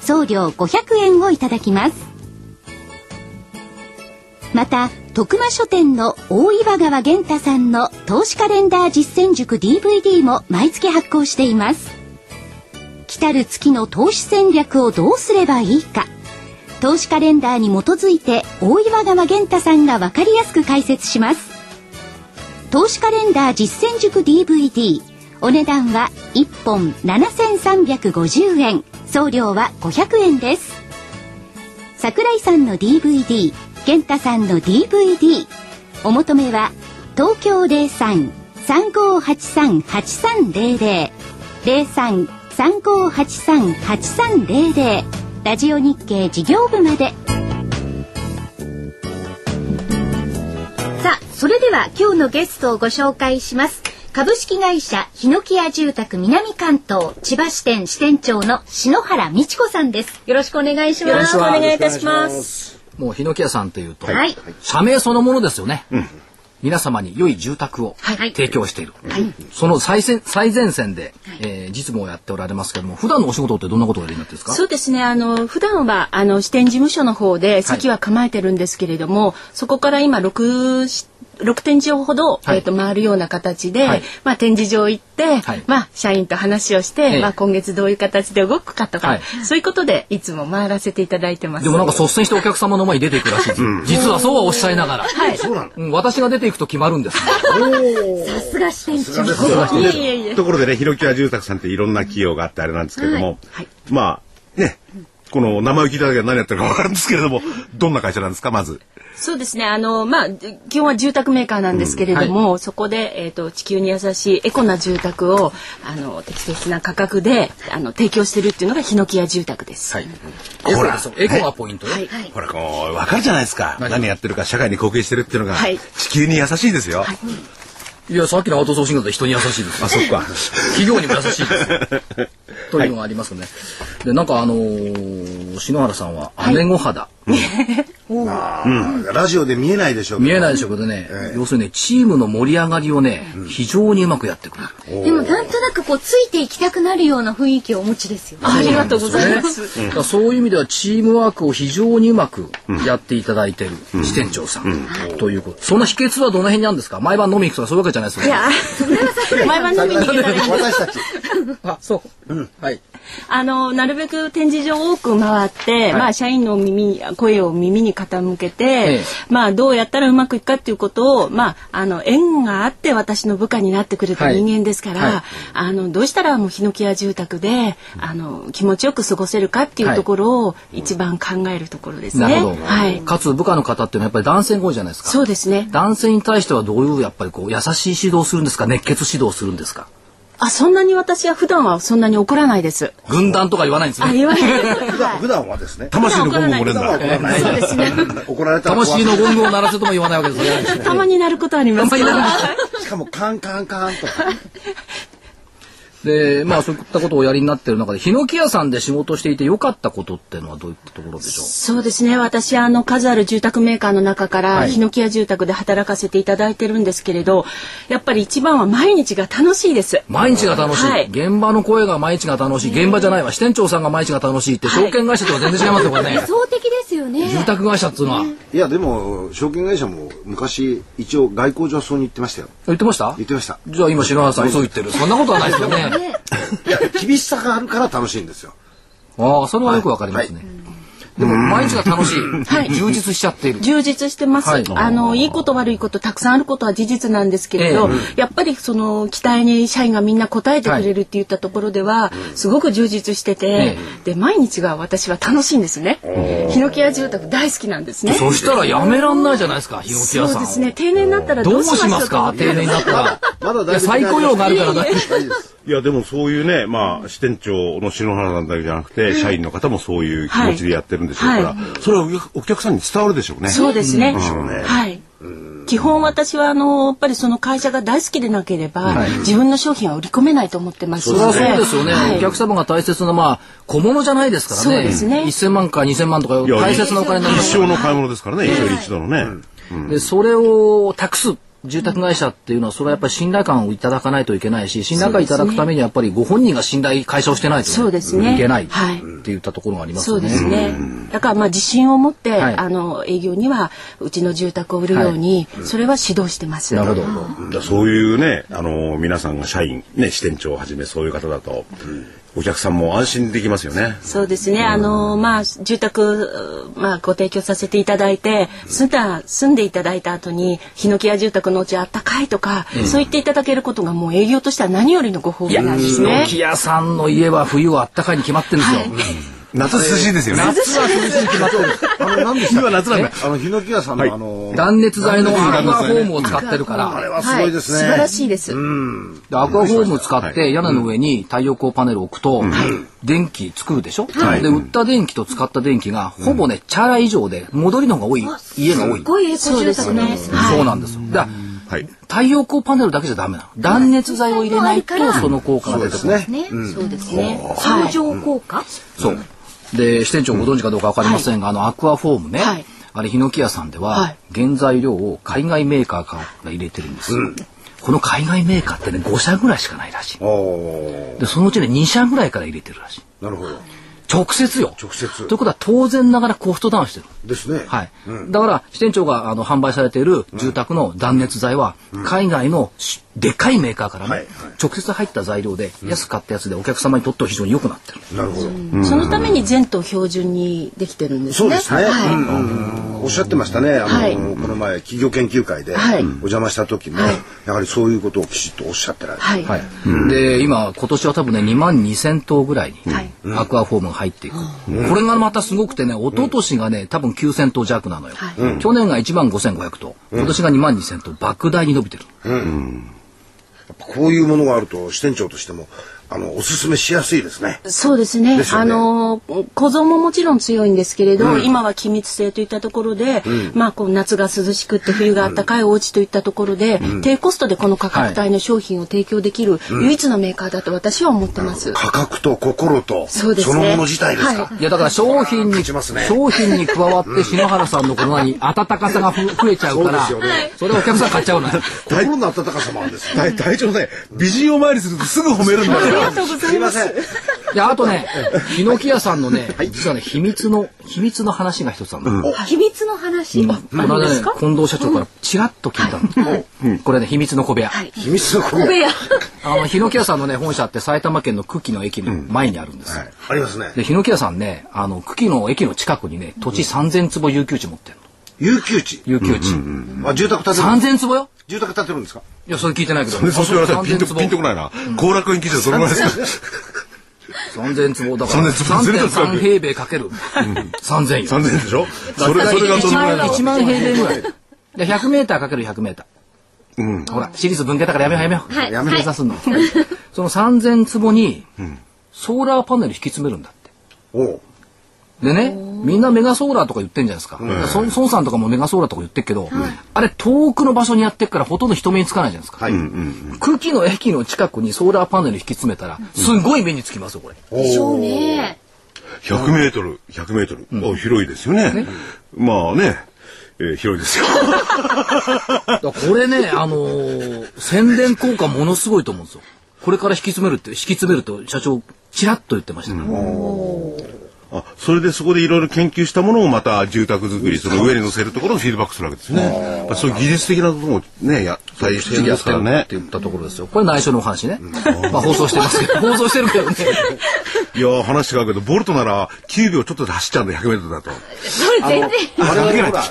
Speaker 2: 送料500円をいただきますまた徳間書店の大岩川源太さんの投資カレンダー実践塾 DVD も毎月発行しています来たる月の投資戦略をどうすればいいか投資カレンダーに基づいて大岩川源太さんが分かりやすく解説します投資カレンダー実践塾 DVD お値段は1本7350円送料は500円です桜井さんの DVD 健太さんの DVD お求めは東京03-3583-8300 03-3583-8300ラジオ日経事業部までさあ、それでは今日のゲストをご紹介します。株式会社ヒノキ屋住宅南関東千葉支店支店長の篠原美智子さんです。よろしくお願いします。
Speaker 5: よろしくお願いいたします。
Speaker 1: もうヒノキ屋さんっていうと、
Speaker 2: はい。
Speaker 1: 社名そのものですよね。皆様に良い住宅を
Speaker 2: はい
Speaker 1: 提供している。その最前最前線で、えー実務をやっておられますけども、普段のお仕事ってどんなことがおやりになってるんですか
Speaker 5: そうですね。あの普段はあの支店事務所の方で席は構えてるんですけれども、そこから今六し六展示場ほど、
Speaker 1: はい
Speaker 5: えっ、と回るような形で、
Speaker 1: はい
Speaker 5: まあ展示場行って、
Speaker 1: はい
Speaker 5: まあ社員と話をして、
Speaker 1: ええ
Speaker 5: まあ今月どういう形で動くかとか、
Speaker 1: はい
Speaker 5: そういうことでいつも回らせていただいてます。
Speaker 1: でもなんか率先してお客様の前に出ていくらしいです。実はそうはおっしゃいながら。
Speaker 3: そうなの
Speaker 1: うん私が出ていくと決まるんです。
Speaker 2: さすが支店長。
Speaker 5: いえいえいえ。
Speaker 4: ところでね、ひろきわ住宅さんっていろんな企業があってあれなんですけれども、まあ、ね、この名前を聞いただけで何やってるかわかるんですけれども、どんな会社なんですか、まず。
Speaker 5: そうですね。あのまあ基本は住宅メーカーなんですけれども、
Speaker 1: うん
Speaker 5: そこでえっ、と地球に優しいエコな住宅をあの適切な価格であの提供してるっていうのがヒノキ屋住宅です。
Speaker 1: はい。
Speaker 4: ほら
Speaker 1: エコがポイントよ。
Speaker 5: はい
Speaker 4: ほら、こう、わかるじゃないですか。
Speaker 1: 何
Speaker 4: 何やってるか、社会に貢献してるっていうのが、
Speaker 5: はい
Speaker 4: 地球に優しいですよ。
Speaker 1: いや、さっきのアウトソーシングだと人に優しいです
Speaker 4: あ、。そっか。
Speaker 1: 企業にも優しいですよ。 [laughs] というのがありますよね。で、なんかあのー篠原さんは姉御肌。
Speaker 3: まあラジオで見えないでしょうけど
Speaker 1: 見えないでしょうけどね、要するにねチームの盛り上がりをね、非常にうまくやってくれる。
Speaker 2: でもなんとなくこうついていきたくなるような雰囲気をお持ちですよね。
Speaker 5: ありがとうございます。
Speaker 1: す。だからそういう意味ではチームワークを非常にうまくやっていただいてる支店長さん、ということ。その秘訣はどの辺にあるんですか毎晩飲み行くとかそういうわけじゃないですよ
Speaker 5: い
Speaker 1: ね。
Speaker 5: や、前は飲みに行けない。
Speaker 3: 私たち
Speaker 1: あ、そう。はい。
Speaker 5: あの、なるべく展示場を多く回って、まあ、社員の耳に、声を耳に傾けて、
Speaker 1: え
Speaker 5: まあ、どうやったらうまくいくかっていうことを、まあ、あの、縁があって私の部下になってくれた
Speaker 1: はい
Speaker 5: 人間ですから、
Speaker 1: はい
Speaker 5: あの、どうしたらもう、ヒノキ屋住宅で、あの、気持ちよく過ごせるかっていうところを一番考えるところですね。
Speaker 1: なるほど。
Speaker 5: はい。
Speaker 1: かつ部下の方っていうのはやっぱり男性が多いじゃないですか。
Speaker 5: そうですね。
Speaker 1: 男性に対してはどういうやっぱりこう優しい指導するんですか熱血指導するんですか
Speaker 5: あ、そんなに私は普段はそんなに怒らないです。
Speaker 1: 軍団とか言わないんです
Speaker 5: あ、
Speaker 1: ね。
Speaker 5: 言わないです。 [laughs]
Speaker 3: 普段普段はですね
Speaker 4: 魂のゴムもれんだ。
Speaker 3: そうですね [laughs] 怒られたら怖い
Speaker 1: 魂のゴングを鳴らせとも言わないわけですね。
Speaker 5: [laughs] たまになることありますけど。
Speaker 1: たまになる
Speaker 3: しかもカンカンカンとか
Speaker 1: で、まあそういったことをおやりになってる中で、ヒノキ屋さんで仕事をしていて良かったことっていうのはどういったところでしょう
Speaker 5: そうですね私あの数ある住宅メーカーの中から
Speaker 1: はい
Speaker 5: ヒノキ屋住宅で働かせていただいてるんですけれどやっぱり一番は毎日が楽しいです。
Speaker 1: 毎日が楽しい,、
Speaker 5: はい
Speaker 1: 現場の声が毎日が楽しい。現場じゃないわ。支店長さんが毎日が楽しいって、証券会社とは全然違いますよ、これね
Speaker 2: 理。想的ですよね。
Speaker 1: 住宅会社っていうのは。
Speaker 3: いやでも証券会社も昔一応外交上層に行ってましたよ
Speaker 1: 言ってました
Speaker 3: 言ってました
Speaker 1: じゃあ今篠原さん嘘言ってる。そんなことはないですよね。
Speaker 3: いや厳しさがあるから楽しいんですよ
Speaker 1: ああ、それはよくわかりますね。でも毎日が楽しい。充実しちゃっている。
Speaker 5: 充実してます、
Speaker 1: はい
Speaker 5: あのいいこと悪いことたくさんあることは事実なんですけれど、
Speaker 1: え
Speaker 5: やっぱりその期待に社員がみんな応えてくれるって言ったところでは、すごく充実して
Speaker 1: え、
Speaker 5: てで毎日が私は楽しいんですねヒノキ屋住宅大好きなんですね
Speaker 1: そしたらやめらんないじゃないですか、ヒノキ
Speaker 5: そ
Speaker 1: 屋
Speaker 5: う
Speaker 1: さんを。
Speaker 5: ですね定年になったら
Speaker 1: ど
Speaker 5: ど
Speaker 1: う
Speaker 5: うしま
Speaker 1: し
Speaker 5: しょ
Speaker 1: ま
Speaker 5: う
Speaker 1: す
Speaker 5: と思
Speaker 1: か
Speaker 5: って
Speaker 1: 定年になった
Speaker 5: [laughs]
Speaker 1: ら。
Speaker 3: まだ
Speaker 1: いや再雇用があるからな。
Speaker 3: 大丈夫です
Speaker 4: いや、でもそういうね、まあ、支店長の篠原さんだけじゃなくて、社員の方もそういう気持ちでやってるんでしょうから、
Speaker 5: は
Speaker 4: それはお客お客さんに伝わるでしょうね。
Speaker 5: そうですね。
Speaker 4: うね
Speaker 5: はい。基本私はあのやっぱりその会社が大好きでなければ、自分の商品は売り込めないと思ってます
Speaker 1: それ
Speaker 5: ので。
Speaker 1: はそうですよね、
Speaker 5: はい
Speaker 1: お客様が大切な、まあ、小物じゃないですからね。
Speaker 5: そうですね
Speaker 1: 1000万か2000万とか
Speaker 4: いや
Speaker 1: 大切なお金になりま
Speaker 4: 一
Speaker 1: す
Speaker 4: 生の買い物ですからね、一生に一度のね。
Speaker 1: で、それを託す。住宅会社っていうのは、それはやっぱり信頼感をいただかないといけないし、信頼感いただくためにはやっぱりご本人が信頼解消してないと、
Speaker 5: そうですね
Speaker 1: いけないって
Speaker 5: はい
Speaker 1: 言ったところがあります
Speaker 5: そ
Speaker 1: よ
Speaker 5: う
Speaker 1: ね。
Speaker 5: ですね。だからまあ自信を持って、
Speaker 1: はい
Speaker 5: あの営業にはうちの住宅を売るように、それは指導してます。
Speaker 1: なるほど。
Speaker 4: だからそういうね、あの皆さんが社員、ね、支店長をはじめそういう方だと、お客さんも安心できますよね。
Speaker 5: そうですね。あのまあ住宅まあご提供させていただいて住んだ住んでいただいた後にヒノキ屋住宅のうちあったかいとか、そう言っていただけることがもう営業としては何よりのご褒
Speaker 1: い
Speaker 5: 美
Speaker 1: や、
Speaker 5: なんです
Speaker 1: ヒ
Speaker 5: ね。
Speaker 1: ノキ屋さんの家は冬はあったかいに決まってるんですよ。
Speaker 4: 夏涼しいですよね。
Speaker 1: 夏は涼しいに決まってるんですよ。
Speaker 3: あの何でしたっけ
Speaker 4: 今夏なんだ
Speaker 3: あのヒノキ屋さんのあの
Speaker 1: 断熱材のアクアフォームを使ってるから。
Speaker 3: あれはすごいですね
Speaker 5: 素晴らしいです。
Speaker 1: でアクアフォーム使って屋根の上に太陽光パネルを置くと、電気作るでしょ、
Speaker 4: はい
Speaker 1: で、売った電気と使った電気が、ほぼね、チャラ以上で、戻りの方が多い、家が多い。
Speaker 2: すごいエコ住宅なんですね。
Speaker 1: そうなんですよ。だから
Speaker 4: はい。
Speaker 1: 太陽光パネルだけじゃダメなの。断熱材を入れない
Speaker 2: は
Speaker 1: と、
Speaker 2: い
Speaker 1: その効果が
Speaker 3: そ
Speaker 1: 出
Speaker 3: うで
Speaker 1: てこ
Speaker 3: す
Speaker 1: ない。
Speaker 3: ね
Speaker 2: ね、そうですね。相乗効果。
Speaker 1: そう。で、支店長ご存知かどうかわかりませんが、あの、アクアフォームね、
Speaker 5: はい
Speaker 1: あれ、ヒノキ屋さんで
Speaker 5: は、
Speaker 1: はい原材料を海外メーカーから入れてるんです。この海外メーカーってね、5社ぐらいしかないらしい。
Speaker 3: おー
Speaker 1: で、そのうちね、2社ぐらいから入れてるらしい。
Speaker 3: なるほど。
Speaker 1: 直接よ。
Speaker 3: 直接
Speaker 1: ということは、当然ながらコストダウンしてる。
Speaker 3: ですね。
Speaker 1: はい。だから、支店長があの販売されている住宅の断熱材は、海外のしでっかいメーカーからね、
Speaker 3: はいはい
Speaker 1: 直接入った材料で、安かったやつでお客様にとっては非常に良くなってる。
Speaker 3: なるほど。
Speaker 5: そのために全島標準にできてるんです
Speaker 3: そう
Speaker 5: ね。
Speaker 3: ですね。
Speaker 5: はい
Speaker 3: うんうんうんおっしゃってましたね。あの、
Speaker 5: はい
Speaker 3: この前企業研究会で
Speaker 5: はい
Speaker 3: お邪魔した時も、やはりそういうことをきちっとおっしゃってられる。
Speaker 5: はい。
Speaker 1: はい。で、今、今年は多分ね、2万2000頭ぐらいに、アクアフォームが入っていく。これがまたすごくてね、一昨年がね、多分9000頭弱なのよ。
Speaker 5: はい
Speaker 1: 去年が1万5500頭、今年が2万2000頭、莫大に伸びてる。
Speaker 3: やっぱこういうものがあると支店長としてもあのおすすめしやすいですね。
Speaker 5: そうですね
Speaker 3: ですよね
Speaker 5: あの構造ももちろん強いんですけれど、今は気密性といったところで、まあ、こう夏が涼しくって冬が暖かいお家といったところで、低コストでこの価格帯の商品を提供できる唯一のメーカーだと私は思ってます。
Speaker 3: 価格と心と
Speaker 5: そうですね
Speaker 3: のもの自体ですか。
Speaker 5: はい
Speaker 1: やだから商品に、
Speaker 3: 勝ちますね
Speaker 1: 商品に加わって篠原さんのこのに温かさがふ増えちゃうから、
Speaker 3: そうですよね
Speaker 1: それをお客さん買っちゃうのよ。
Speaker 3: 心の温かさもあるんですね。
Speaker 4: 大隊長ね、美人を前にするとすぐ褒めるんだよ。
Speaker 3: すいません。
Speaker 1: で、あとね、ヒノキ屋さんのね、実はね、秘密の、秘密の話が一つあるの。こ
Speaker 2: 秘密の話、あ
Speaker 1: の
Speaker 2: るん
Speaker 1: 間
Speaker 2: です
Speaker 1: ね
Speaker 2: か、、
Speaker 1: 近藤社長からチラッと聞いたの。うんこれね、秘密の小部屋。
Speaker 2: はい
Speaker 3: 秘密の小
Speaker 2: 小部屋
Speaker 1: あの、ヒノキ屋さんのね、本社って埼玉県の久喜の駅の前にあるんです。
Speaker 3: ありますね。
Speaker 1: で、ヒノキ屋さんね、あの、久喜の駅の近くにね、土地3000坪有給地持ってるの。
Speaker 3: 有給地。
Speaker 1: 有給地。
Speaker 3: あ住宅建てるんです。
Speaker 1: 3000坪よ
Speaker 3: 住宅建てるんですか。
Speaker 1: いや、それ聞いてないけど。
Speaker 4: そう言われたらピンと、
Speaker 1: 3000坪
Speaker 4: ピンとこないな。後楽園基準それぐらいですか。
Speaker 1: 三千坪だから
Speaker 4: 3000坪
Speaker 1: 三
Speaker 4: ずれ
Speaker 1: 点
Speaker 4: た
Speaker 1: 三平米かける三千よ。
Speaker 4: 3000円でしょ [laughs] それ、それがどのぐらいなの
Speaker 1: 一万平米ぐらい。で百メーターかける百メーター。ほら、私立文系だからやめようやめよう。
Speaker 2: はい
Speaker 1: やめよう
Speaker 2: はい
Speaker 1: 目指すの。その三千坪にソーラーパネル引き詰めるんだって。
Speaker 3: おう
Speaker 1: でね、みんなメガソーラーとか言ってんじゃないですか。孫孫さんとかもメガソーラーとか言ってるけど、あれ遠くの場所にやってっからほとんど人目につかないじゃないですか。空気の駅の近くにソーラーパネル引き詰めたら、すごい目につきますよ、これ。
Speaker 2: でしょうね。
Speaker 4: 100メートル、100メートル。お広いですよね。まあね、えー広いですよ。
Speaker 1: だからこれね、あのー宣伝効果ものすごいと思うんですよ。これから引き詰めるって、引き詰めると社長、ちらっと言ってましたから、
Speaker 4: [laughs] あそれでそこでいろいろ研究したものをまた住宅作りその上に乗せるところをフィードバックするわけですね。やっぱそういう技術的なこともねや大変必要ですから
Speaker 1: やっ
Speaker 4: ね
Speaker 1: て。るって言ったところですよ。これ内緒のお話ね。まあ放送してます [laughs] けど、放送してるけどね。
Speaker 4: いやー話違うけどボルトなら9秒ちょっとで走っちゃうんだ100メートルだと。
Speaker 2: それ全然。
Speaker 3: 我々ほら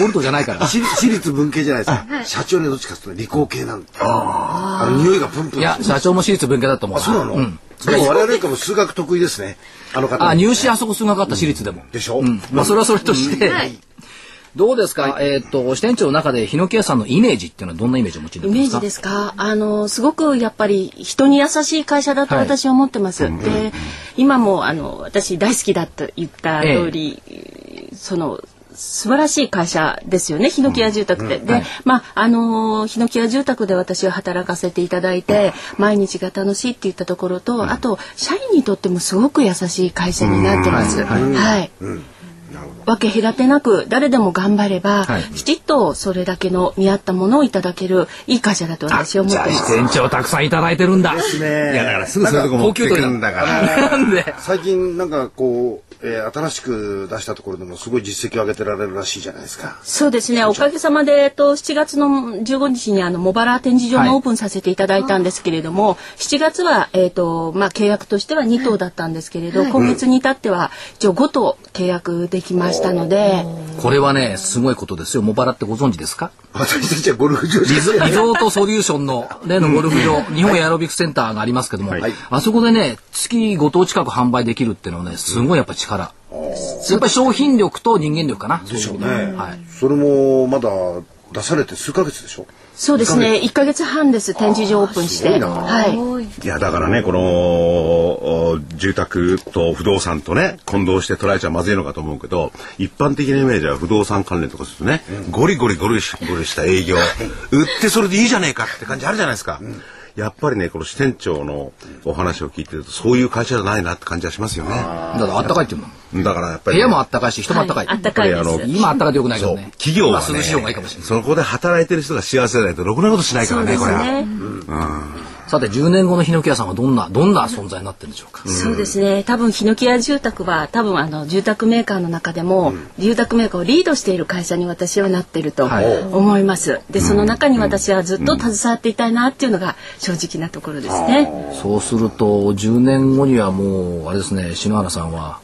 Speaker 1: ボルトじゃないから。
Speaker 3: 私私立文系じゃないですか。社長にどっちかっていうと理工系なんで。あの匂いがプンプン。
Speaker 1: いや、社長も私立文系だと思う。
Speaker 3: あそうなの。
Speaker 1: ん。
Speaker 3: でも我々よりも数学得意ですね。あの方。
Speaker 1: あ、入試あそこ数学あった私立でも。
Speaker 3: でしょ
Speaker 1: うん。まあそれはそれとして
Speaker 2: はい。
Speaker 1: どうですかえーっと、支店長の中で、日野家さんのイメージっていうのはどんなイメージをお持ちに
Speaker 5: イ
Speaker 1: なって
Speaker 5: メ
Speaker 1: ま
Speaker 5: ー
Speaker 1: すか
Speaker 5: ジですかあのすごくやっぱり人に優しい会社だと
Speaker 1: はい
Speaker 5: 私は思ってます。で今もあの私大好きだと言った通り、その素晴らしい会社ですよねヒノキ屋住宅って。で、
Speaker 1: はい
Speaker 5: まああのヒノキ屋住宅で私は働かせていただいて毎日が楽しいって言ったところと、あと社員にとってもすごく優しい会社になってます。はい分け隔てなく誰でも頑張れば、
Speaker 1: はい
Speaker 5: きちっとそれだけの見合ったものをいただけるいい会社だと私は思っ
Speaker 1: じ
Speaker 5: て
Speaker 1: ゃ
Speaker 5: ま
Speaker 1: あ、支
Speaker 5: す。
Speaker 1: 店長たくさんいただいてるんだ。
Speaker 3: ね。
Speaker 4: すぐそういうとこ持
Speaker 1: 高
Speaker 4: って
Speaker 1: 級
Speaker 4: く
Speaker 1: 取り
Speaker 4: んだから。
Speaker 1: なんで
Speaker 3: 最近なんかこう、えー新しく出したところでもすごい実績を上げてられるらしいじゃないですか。
Speaker 5: そうですね。おかげさまで、えっと、7月の15日に、あの、茂原展示場
Speaker 1: はい
Speaker 5: もオープンさせていただいたんですけれども、7月は、えっと、まあ、契約としては2棟だったんですけれど、今月に至っては、一応5棟契約できましたので、
Speaker 1: これはね、すごいことですよ。茂原ってご存知ですか
Speaker 3: 私たちはゴルフ場
Speaker 1: リゾ
Speaker 3: で。
Speaker 1: リゾートソリューションの例のゴルフ場、日本エアロビクセンターがありますけども、あそこでね、月5棟近く販売できるっていうのはね、すごいやっぱ力。やっぱり商品力と人間力かな。でしょうね。はい。
Speaker 3: それもまだ出されて数ヶ月でしょ。
Speaker 5: そうですね。1ヶ月半です、展示場オープンして。はい。
Speaker 4: いやだからねこのお住宅と不動産とね混同して捉えちゃまずいのかと思うけど一般的なイメージは不動産関連とかするとね、ゴリゴリゴリゴリした営業売ってそれでいいじゃねえかって感じあるじゃないですか。やっぱりねこの支店長のお話を聞いてるとそういう会社じゃないなって感じはしますよね。
Speaker 1: だからあったかいっていうの。
Speaker 4: だからやっぱ
Speaker 1: 部
Speaker 4: りね、
Speaker 1: 屋もあったかいし、人もあったかい。
Speaker 5: はいあったかいです
Speaker 4: これあの
Speaker 1: 今あったかいとよくないけ
Speaker 4: そ
Speaker 1: ど
Speaker 4: う
Speaker 1: ね。
Speaker 4: 企業はね
Speaker 1: 今涼しい方がいいかもしれない。
Speaker 4: そこで働いてる人が幸せでないとろくなことしないか
Speaker 5: そ
Speaker 4: ら
Speaker 5: う
Speaker 4: ね
Speaker 5: で
Speaker 4: こ
Speaker 5: す
Speaker 4: れは。
Speaker 5: ね。
Speaker 1: さて、10年後のヒノキ屋さんはどんな、どんな存在になってるんでしょうか。
Speaker 5: そうですね多分ヒノキ屋住宅は多分あの住宅メーカーの中でも、住宅メーカーをリードしている会社に私はなってると
Speaker 1: はい
Speaker 5: 思います、でその中に私はずっと携わっていたいなっていうのが正直なところですね、
Speaker 1: そうすると、10年後にはもう、あれですね、篠原さんは、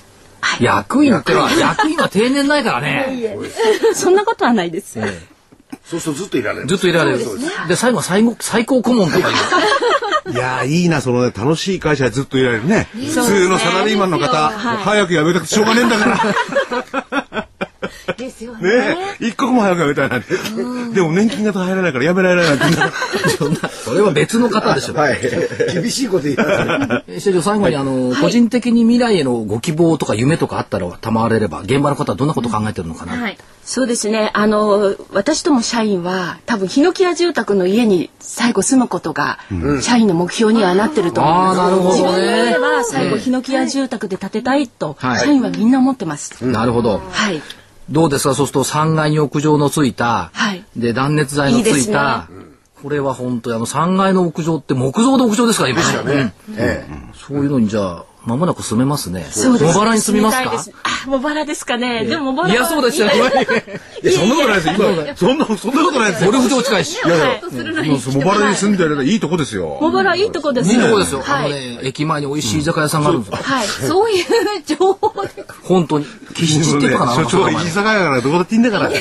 Speaker 1: 役員ってのは、役員は定年ないからね。
Speaker 5: [laughs] そんなことはないです、
Speaker 3: そうするとずっといられる。
Speaker 1: ずっといられる。で、最後は最後、最高顧問とかいう。
Speaker 4: いやーいいなそのね楽しい会社でずっといられるね。普通のサラリーマンの方、早く辞めたくてしょうがねえんだから。
Speaker 2: ですよね。
Speaker 4: ねえ一刻も早く辞めたいなんて。でも年金が入らないから辞められないなんて。
Speaker 1: そんな、 [laughs] それは別の方でしょ。
Speaker 3: はい。 [laughs] 厳しいこと言いますね。
Speaker 1: えー社長最後にあの、個人的に未来へのご希望とか夢とかあったら賜れれば現場の方はどんなこと考えてるのかな、
Speaker 6: はい。
Speaker 5: そうですねあの私ども社員は多分ヒノキ屋住宅の家に最後住むことが、社員の目標にはなってると思います、
Speaker 1: あーなるほどね
Speaker 5: 自分の家は最後
Speaker 1: ええ
Speaker 5: ヒノキ屋住宅で建てたいと、
Speaker 1: はい
Speaker 5: 社員はみんな思ってます、
Speaker 1: なるほど
Speaker 5: はい
Speaker 1: どうですかそうすると3階に屋上のついた、
Speaker 5: はい
Speaker 1: で断熱材のつ
Speaker 5: いいです
Speaker 1: い
Speaker 5: ね
Speaker 1: たこれは本当にあの3階の屋上って木造の屋上ですから今うん
Speaker 3: え
Speaker 1: そういうのにじゃあ間もなく住めますね
Speaker 5: そうです。
Speaker 1: 茂原に住みます
Speaker 5: 住みたいです
Speaker 1: か
Speaker 5: あ、茂原ですかね。でも茂原
Speaker 1: いやそうですよ
Speaker 5: いやいや
Speaker 4: いやそんなことないですよ。今そんなそんなことないです
Speaker 1: ゴ
Speaker 4: よ。
Speaker 1: ルフ場近いし
Speaker 4: いやいや、もう茂原に住んでるいいとこですよ。
Speaker 5: 茂原いいとこです
Speaker 1: いい
Speaker 5: よ。
Speaker 1: とこですよ、
Speaker 5: は
Speaker 1: あの
Speaker 5: い。
Speaker 1: ね駅前に美味しい居酒屋さんがあるんですよ、
Speaker 5: はい。
Speaker 2: そういう情報で。
Speaker 1: 本当に岸地っていうのかな
Speaker 4: 所長は
Speaker 1: 名
Speaker 4: 居
Speaker 1: 前
Speaker 4: 酒屋からどこだっていいんだから。
Speaker 1: い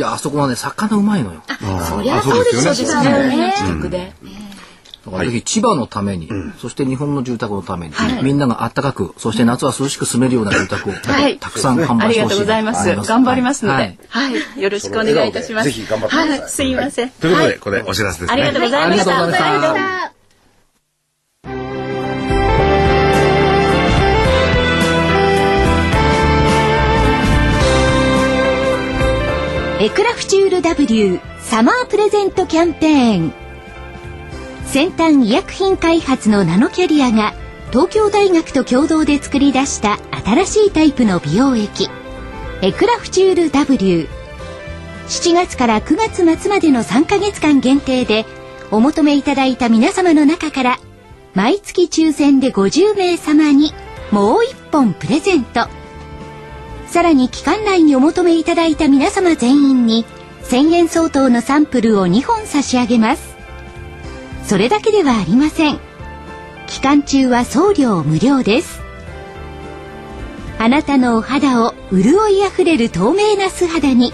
Speaker 1: やあそこはね魚うまいのよ
Speaker 2: そりゃそうでしょ
Speaker 5: そううで
Speaker 2: です
Speaker 5: す
Speaker 2: よね。
Speaker 5: ね。近くで。
Speaker 1: だからぜひ千葉のために、そして日本の住宅のために、みんなが暖かく、そして夏は涼しく住めるような住宅を、
Speaker 5: はい
Speaker 1: たくさん販
Speaker 5: あ
Speaker 1: 売
Speaker 5: り
Speaker 1: してほし
Speaker 5: がと
Speaker 1: いう
Speaker 5: ございます。
Speaker 1: と思
Speaker 5: 頑張りますの
Speaker 1: は
Speaker 5: で
Speaker 1: い。
Speaker 5: はい。よろしくお願いいたしま
Speaker 3: その笑顔でぜ
Speaker 5: す。
Speaker 3: ひ頑張ってください
Speaker 5: はい。すいません。
Speaker 4: ということ
Speaker 5: は
Speaker 4: で、ここでお知らせです
Speaker 5: ありが
Speaker 4: ね
Speaker 5: とう。ございまし。
Speaker 1: ありがとうございましたた
Speaker 2: エクラフチュール W サマープレゼントキャンペーン先端医薬品開発のナノキャリアが東京大学と共同で作り出した新しいタイプの美容液エクラフチュール W7 月から9月末までの3ヶ月間限定でお求めいただいた皆様の中から毎月抽選で50名様にもう1本プレゼントさらに期間内にお求めいただいた皆様全員に1000円相当のサンプルを2本差し上げます。それだけではありません。期間中は送料無料です。あなたのお肌を潤いあふれる透明な素肌に。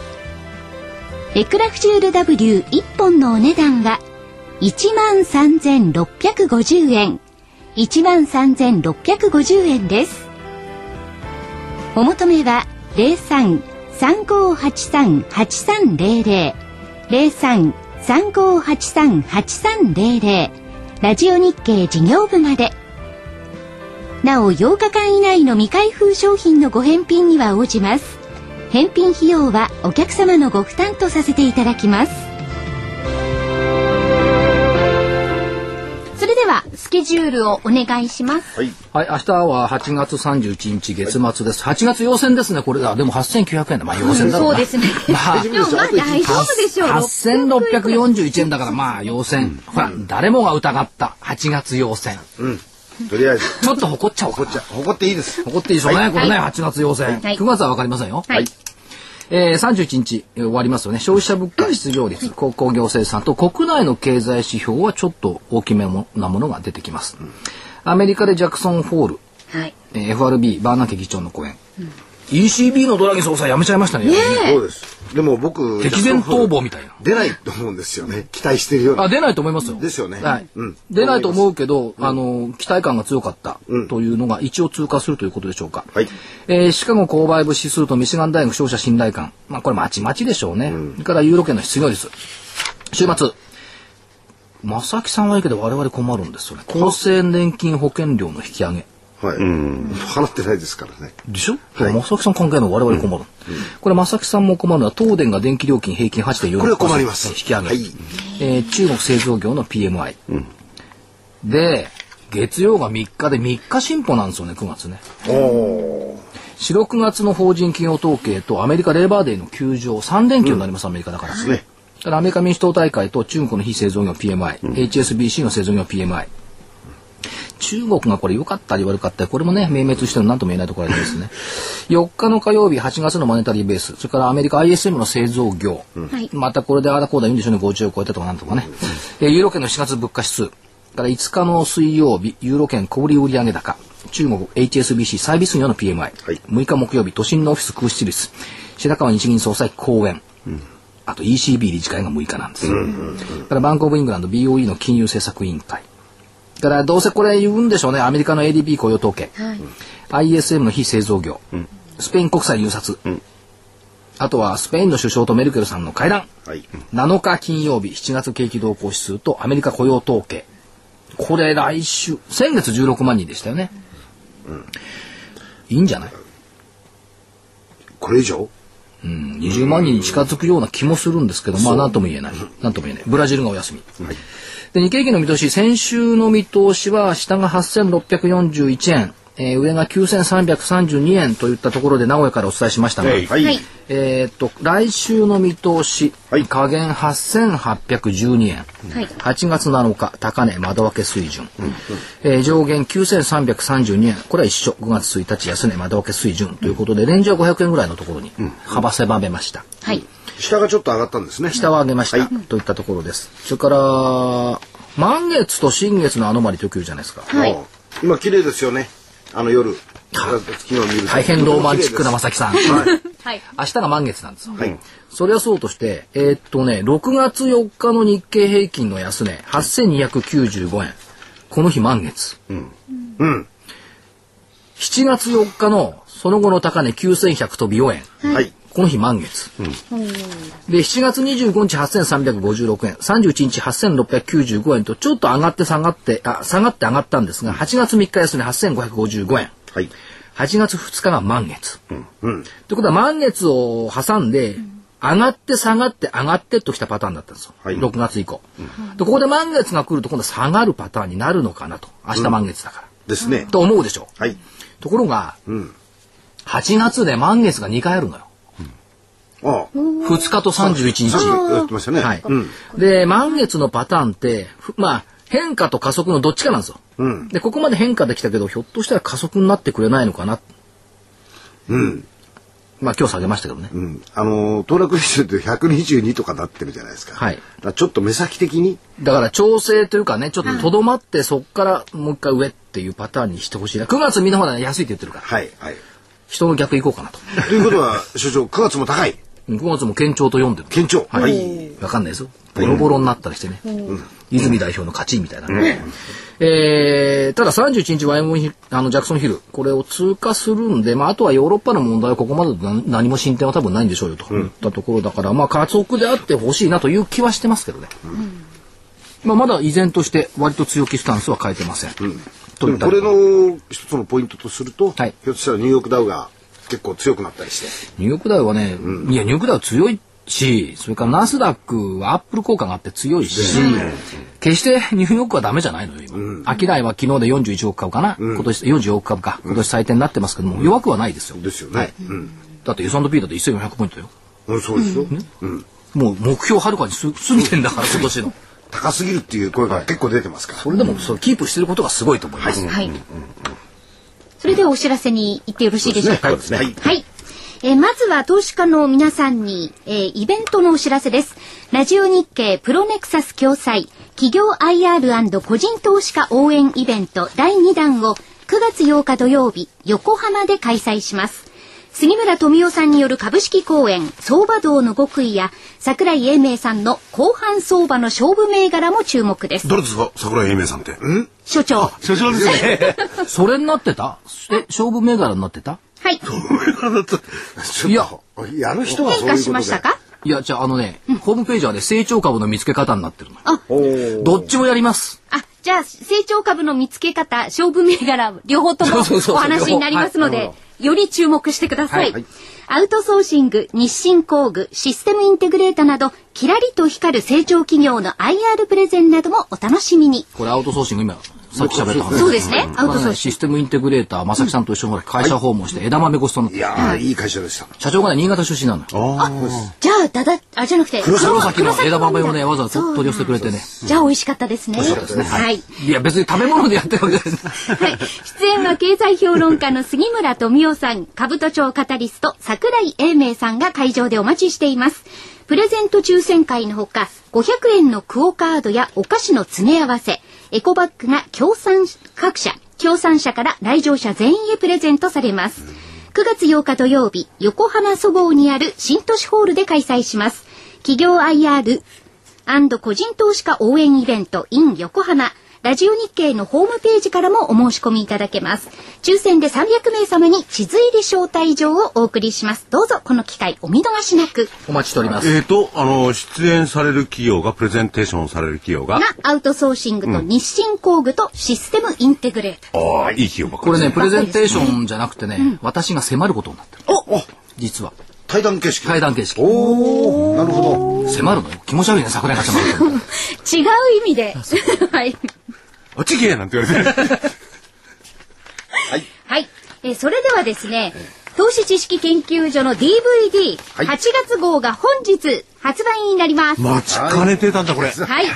Speaker 2: エクラフチュール W1 本のお値段は13,650円。13,650円です。お求めは03-3583-8300 03-3583-8300ラジオ日経事業部までなお8日間以内の未開封商品のご返品には応じます返品費用はお客様のご負担とさせていただきます
Speaker 6: それでは、スケジュールをお願いします。
Speaker 1: はい、明日は8月31日月末です。8月要選ですね、これだ。でも8900円だ。まあ要選だろ
Speaker 6: そう
Speaker 1: な
Speaker 6: うですね。
Speaker 1: まあ
Speaker 6: でもまあ大丈夫でしょう。
Speaker 1: 8641円だからまあ要選、ほら誰もが疑った8月要選
Speaker 3: えとりあえず、
Speaker 1: ちょっと誇っちゃおうかな
Speaker 3: じゃあ、誇っていいです。
Speaker 1: 怒っていいでしょうね、これね、8月要請。
Speaker 6: はい
Speaker 1: 9月はわかりませんよ。
Speaker 6: はい
Speaker 1: えー、31日えー終わりますよね。消費者物価失業率、高校業生産と国内の経済指標はちょっと大きめもなものが出てきます。アメリカでジャクソン・ホール、
Speaker 6: はい。
Speaker 1: えー FRB、バーナンケ議長の講演。ECB のドラギ総裁辞めちゃいましたね。
Speaker 3: そうです。でも僕、
Speaker 1: 敵前逃亡みたいな。
Speaker 3: 出ないと思うんですよね。期待してるような。
Speaker 1: あ出ないと思いますよ。
Speaker 3: ですよね
Speaker 1: はい
Speaker 3: うん
Speaker 1: 出ないと思うけど、あの期待感が強かったというのが一応通過するということでしょうか。
Speaker 3: はい
Speaker 1: えーシカゴ購買部指数とミシガン大学商社信頼感、まあこれまちまちでしょうね。それからユーロ圏の失業率、週末。正木さんはいいけど我々困るんですよね。厚生年金保険料の引き上げ。
Speaker 3: はい。払ってないですからね。
Speaker 1: でしょ、正木さん関係ないの我々困る、これ正木さんも困るのは東電が電気料金平均8.4%
Speaker 3: これは困ります
Speaker 1: 引き上げ、
Speaker 3: はい
Speaker 1: えー中国製造業の PMI、で月曜が3日で3日進歩なんですよね9月ね
Speaker 3: おお。
Speaker 1: 4、6月の法人企業統計とアメリカレーバーデーの休場、3連休になります、アメリカだから。です
Speaker 4: ね。
Speaker 1: だからアメリカ民主党大会と中国の非製造業 PMI、HSBC の製造業 PMI。中国がこれ良かったり悪かったり、これもね、明滅してるなんとも言えないところですね。4日の火曜日、8月のマネタリーベース、それからアメリカ ISM の製造業、
Speaker 2: はい
Speaker 1: またこれであらこうだ言うんでしょうね、50を超えたとかなんとかね。えーユーロ圏の4月物価指数、から5日の水曜日、ユーロ圏小売売上高、中国 HSBC サービス業の PMI、6日木曜日、都心のオフィス空室率、白川日銀総裁講演、あと ECB 理事会が6日なんです。だからバンコブ・イングランド BOE の金融政策委員会。だからどうせこれ言うんでしょうね、アメリカの ADP 雇用統計、ISM の非製造業、スペイン国債入札、あとはスペインの首相とメルケルさんの会談、
Speaker 4: はい。
Speaker 1: 7日金曜日、7月景気動向指数とアメリカ雇用統計、これ来週、先月16万人でしたよね。いいんじゃない、
Speaker 3: これ以上
Speaker 1: うん、20万人に近づくような気もするんですけど、まあ、なんとも言えない。なんとも言えない。ブラジルがお休み。で、日経平均の見通し、先週の見通しは、下が8641円、えー上が9332円といったところで、名古屋からお伝えしましたが、
Speaker 4: はい。
Speaker 2: は
Speaker 4: はいい。
Speaker 1: えーっと、来週の見通し、
Speaker 4: はい
Speaker 1: 下限8812円、
Speaker 2: はい
Speaker 1: 8月7日、高値窓分け水準、えー上限9332円、これは一緒、5月1日安値窓分け水準ということで、レンジは500円ぐらいのところに幅狭めました。
Speaker 2: はい。
Speaker 3: 下がちょっと上がったんですね。
Speaker 1: 下は上げました、といったところです。それから、満月と新月のアノマリというじゃないですか。
Speaker 2: はい
Speaker 3: うん今綺麗ですよね。あの夜。昨日見ると
Speaker 1: 大変ローマンチックな正木さん。
Speaker 2: はい。
Speaker 1: 明日が満月なんですよ。
Speaker 3: はい。
Speaker 1: それはそうとして、えーっとね、6月4日の日経平均の安値、8295円。この日満月。
Speaker 3: うん。
Speaker 1: 7月4日のその後の高値9100飛び4円。
Speaker 3: はい。
Speaker 1: この日満月。で、7月25日8356円、31日8695円と、ちょっと上がって下がって、あ、下がって上がったんですが、8月3日安値8555円。
Speaker 3: はい。
Speaker 1: 8月2日が満月。
Speaker 3: うん。
Speaker 1: ということは満月を挟んで、上がって下がって上がってっときたパターンだったんですよ。
Speaker 3: はい
Speaker 1: 6月以降、で、ここで満月が来ると今度は下がるパターンになるのかなと。明日満月だから。
Speaker 3: ですね。
Speaker 1: と思うでしょう。
Speaker 3: はい。
Speaker 1: ところが、
Speaker 3: ん
Speaker 1: 8月で満月が2回あるのよ。
Speaker 3: ああ。
Speaker 1: 2日と31
Speaker 3: さっき
Speaker 1: 日。
Speaker 3: やってましたね。
Speaker 1: はい、
Speaker 3: うん。
Speaker 1: で、満月のパターンって、ふまあ、変化と加速のどっちかなんですよ。
Speaker 3: うん。
Speaker 1: で、ここまで変化できたけど、ひょっとしたら加速になってくれないのかな。
Speaker 3: うん。
Speaker 1: まあ、今日下げましたけどね。
Speaker 3: うん。あのー、騰落率で122とかなってるじゃないですか。
Speaker 1: はい
Speaker 3: だからちょっと目先的に。
Speaker 1: だから調整というかね、ちょっととどまって、そこからもう一回上っていうパターンにしてほしいな。9月みんなほら安いって言ってるから、
Speaker 3: はい。はい。
Speaker 1: 人の逆行こうかなと。
Speaker 3: ということは、所長、9月も高い。
Speaker 1: 9月も堅調と読んでる。
Speaker 3: 堅調。
Speaker 1: はい。わかんないですよ。ボロボロになったりしてね。泉代表の勝ちみたいなね。えー、ただ31日ワイモンヒあの、ジャクソンヒル、これを通過するんで、まあ、あとはヨーロッパの問題はここまでな何も進展は多分ないんでしょうよといったところだから、まあ、加速であってほしいなという気はしてますけどね。まあ、まだ依然として割と強気スタンスは変えてません。と
Speaker 3: で
Speaker 1: い
Speaker 3: も
Speaker 1: った
Speaker 3: これの一つのポイントとすると、
Speaker 1: はい
Speaker 3: ひょっとしたらニューヨークダウが結構強くなったりして。
Speaker 1: ニューヨークダウはね、いや、ニューヨークダウ強いし、それからナスダックはアップル効果があって強いし、決して [laughs] ニューヨークはダメじゃないのよ、今。アキライは昨日で41億株かな、今年、44億株か、今年最低になってますけども、弱くはないですよ。
Speaker 3: ですよね。うん。
Speaker 1: だって S&P だって1400ポイントよ。
Speaker 3: うん、そうですよ。うん。
Speaker 1: もう目標はるかにす過ぎてんだから、今年の。
Speaker 3: 高すぎるっていう声が結構出てますから。
Speaker 1: これでも、それキープしてることがすごいと思います。
Speaker 2: はい。それではお知らせに行ってよろしいでしょうか。
Speaker 4: そうですね。はい。
Speaker 2: はい。えーまずは投資家の皆さんに、えーイベントのお知らせです。ラジオ日経プロネクサス共催企業 IR& 個人投資家応援イベント第2弾を9月8日土曜日横浜で開催します。杉村富夫さんによる株式講演相場道の極意や桜井英明さんの後半相場の勝負銘柄も注目です。
Speaker 4: どれですか桜井英明さんって。うん
Speaker 2: 所長。は
Speaker 4: 所長ですよね。 [laughs]
Speaker 1: それになってたえ、勝負銘柄になってた
Speaker 2: い。
Speaker 1: いや、
Speaker 3: やる人は
Speaker 2: 変
Speaker 3: そういうことで
Speaker 2: 化しましたか
Speaker 1: いや、じゃああのね、ホームページはね、成長株の見つけ方になってるのよ。
Speaker 2: あ、
Speaker 1: どっちもやります。
Speaker 2: あ、じゃあ、成長株の見つけ方、勝負銘柄、両方とも
Speaker 1: そうそうそう
Speaker 2: お話になりますの
Speaker 1: は
Speaker 2: で
Speaker 1: い、
Speaker 2: より注目してください。
Speaker 1: はい
Speaker 2: アウトソーシング、日清工具、システムインテグレータなど、キラリと光る成長企業の IR プレゼンなどもお楽しみに。
Speaker 1: これアウトソーシング今さっき喋った話。
Speaker 2: そうですねアウトソーシング
Speaker 1: まあねシステムインテグレーター、正木さんと一緒にほら会社訪問して枝豆ごちそうになっ
Speaker 3: い
Speaker 1: て
Speaker 3: やー、いい会社でした。
Speaker 1: 社長がね、新潟出身なのよ。
Speaker 2: じゃあ、だだ、あ、じゃなくて、
Speaker 3: 黒
Speaker 1: 黒
Speaker 3: 沢
Speaker 1: 崎の枝豆をね、わざわざ
Speaker 2: そう
Speaker 1: 取り寄せてくれてね。
Speaker 2: じゃあ美味しかったですね。はい。
Speaker 1: いや、別に食べ物でやってるわけじゃない。
Speaker 2: はい。出演は経済評論家の杉村富夫さん、株都庁カタリスト桜井英明さんが会場でお待ちしています。プレゼント抽選会のほか、500円のクオカードやお菓子の詰め合わせ、エコバッグが協賛各社、協賛社から来場者全員へプレゼントされます。9月8日土曜日、横浜そごうにある新都市ホールで開催します。企業 IR 個人投資家応援イベント in 横浜。ラジオ日経のホームページからもお申し込みいただけます。抽選で300名様に地図入り招待状をお送りします。どうぞこの機会お見逃しなく。
Speaker 1: お待ちしております。
Speaker 4: えっ、と、あの、出演される企業が、プレゼンテーションされる企業が
Speaker 2: な、アウトソーシングと日清工具とシステムインテグレーター。
Speaker 4: ああ、いい企業ばっか
Speaker 1: こ
Speaker 4: り
Speaker 1: れ
Speaker 4: です
Speaker 1: ね、プレゼンテーションじゃなくてね、私が迫ることになってる。
Speaker 3: おお
Speaker 1: 実は。
Speaker 3: 対談形式。
Speaker 1: 対談形式。
Speaker 3: おおなるほ
Speaker 1: 迫るのよ。気持ち悪いね、桜井が迫 [laughs] るの。
Speaker 2: 違う意味で。 [laughs] はい。
Speaker 4: あっち行けなんて言われて。
Speaker 1: [laughs]
Speaker 2: はい。えーそれではですね、投資知識研究所の DVD、
Speaker 3: い
Speaker 2: 8月号が本日発売になります。
Speaker 4: 待ちかねてたんだ、これ。
Speaker 2: はい。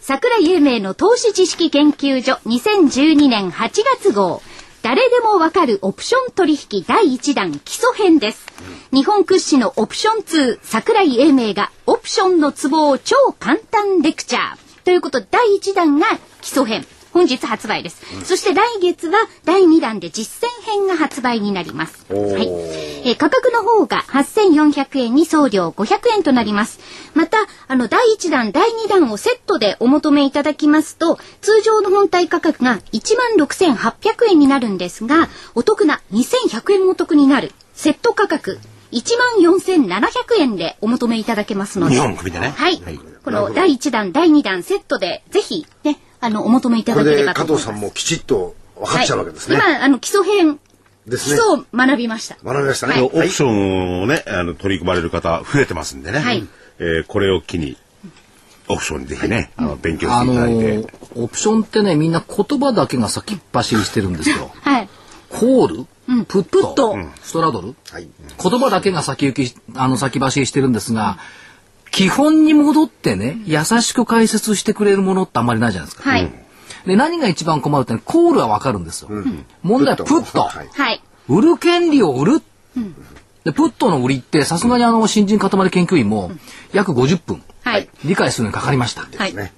Speaker 2: 桜井英明の投資知識研究所2012年8月号。誰でもわかるオプション取引第1弾基礎編です。日本屈指のオプション通桜井英明がオプションのツボを超簡単レクチャー。ということで第1弾が基礎編。本日発売です。そして来月は第2弾で実践編が発売になります。はい。えー価格の方が8400円に送料500円となります。また、あの、第1弾、第2弾をセットでお求めいただきますと、通常の本体価格が16,800円になるんですが、お得な2,100円もお得になる、セット価格、14,700円でお求めいただけますので。
Speaker 4: 日本組でね
Speaker 2: はい。この第1弾、第2弾セットで、ぜひ、ね、あの、お求めい
Speaker 3: ど。
Speaker 2: た
Speaker 3: こ
Speaker 2: だけ
Speaker 3: れ
Speaker 2: れ
Speaker 3: で
Speaker 2: ばと
Speaker 3: 加
Speaker 2: 思い
Speaker 3: 藤
Speaker 2: ます。
Speaker 3: さんもきちっと分かっちゃうわけですね。
Speaker 2: はい、今、あの、基礎編、
Speaker 3: です
Speaker 2: 基
Speaker 3: ね
Speaker 2: 礎を学びました。
Speaker 3: 学びましたね。
Speaker 4: オプションをね、あの取り組まれる方増えてますんでね、
Speaker 2: はい
Speaker 4: えーこれを機にオプションぜひね、あの勉強し
Speaker 1: あ
Speaker 4: てい
Speaker 1: の
Speaker 4: ただいて、
Speaker 1: ー、オプションってね、みんな言葉だけが先っ走りしてるんですよ。
Speaker 2: はい。
Speaker 1: コール、プッ
Speaker 2: プット
Speaker 1: ト、ストラドル。
Speaker 3: はい。
Speaker 1: 言葉だけが先行き、あの、先走りしてるんですが、基本に戻ってね、優しく解説してくれるものってあんまりないじゃないですか。
Speaker 2: はい。
Speaker 1: で、何が一番困るってね、コールはわかるんですよ。問題はプット。
Speaker 3: はい
Speaker 2: はい。
Speaker 1: 売る権利を売る。で、プットの売りって、さすがにあの、新人塊研究員も、約50分、
Speaker 2: はい。
Speaker 1: 理解するのにかかりました。
Speaker 2: はい。
Speaker 3: ね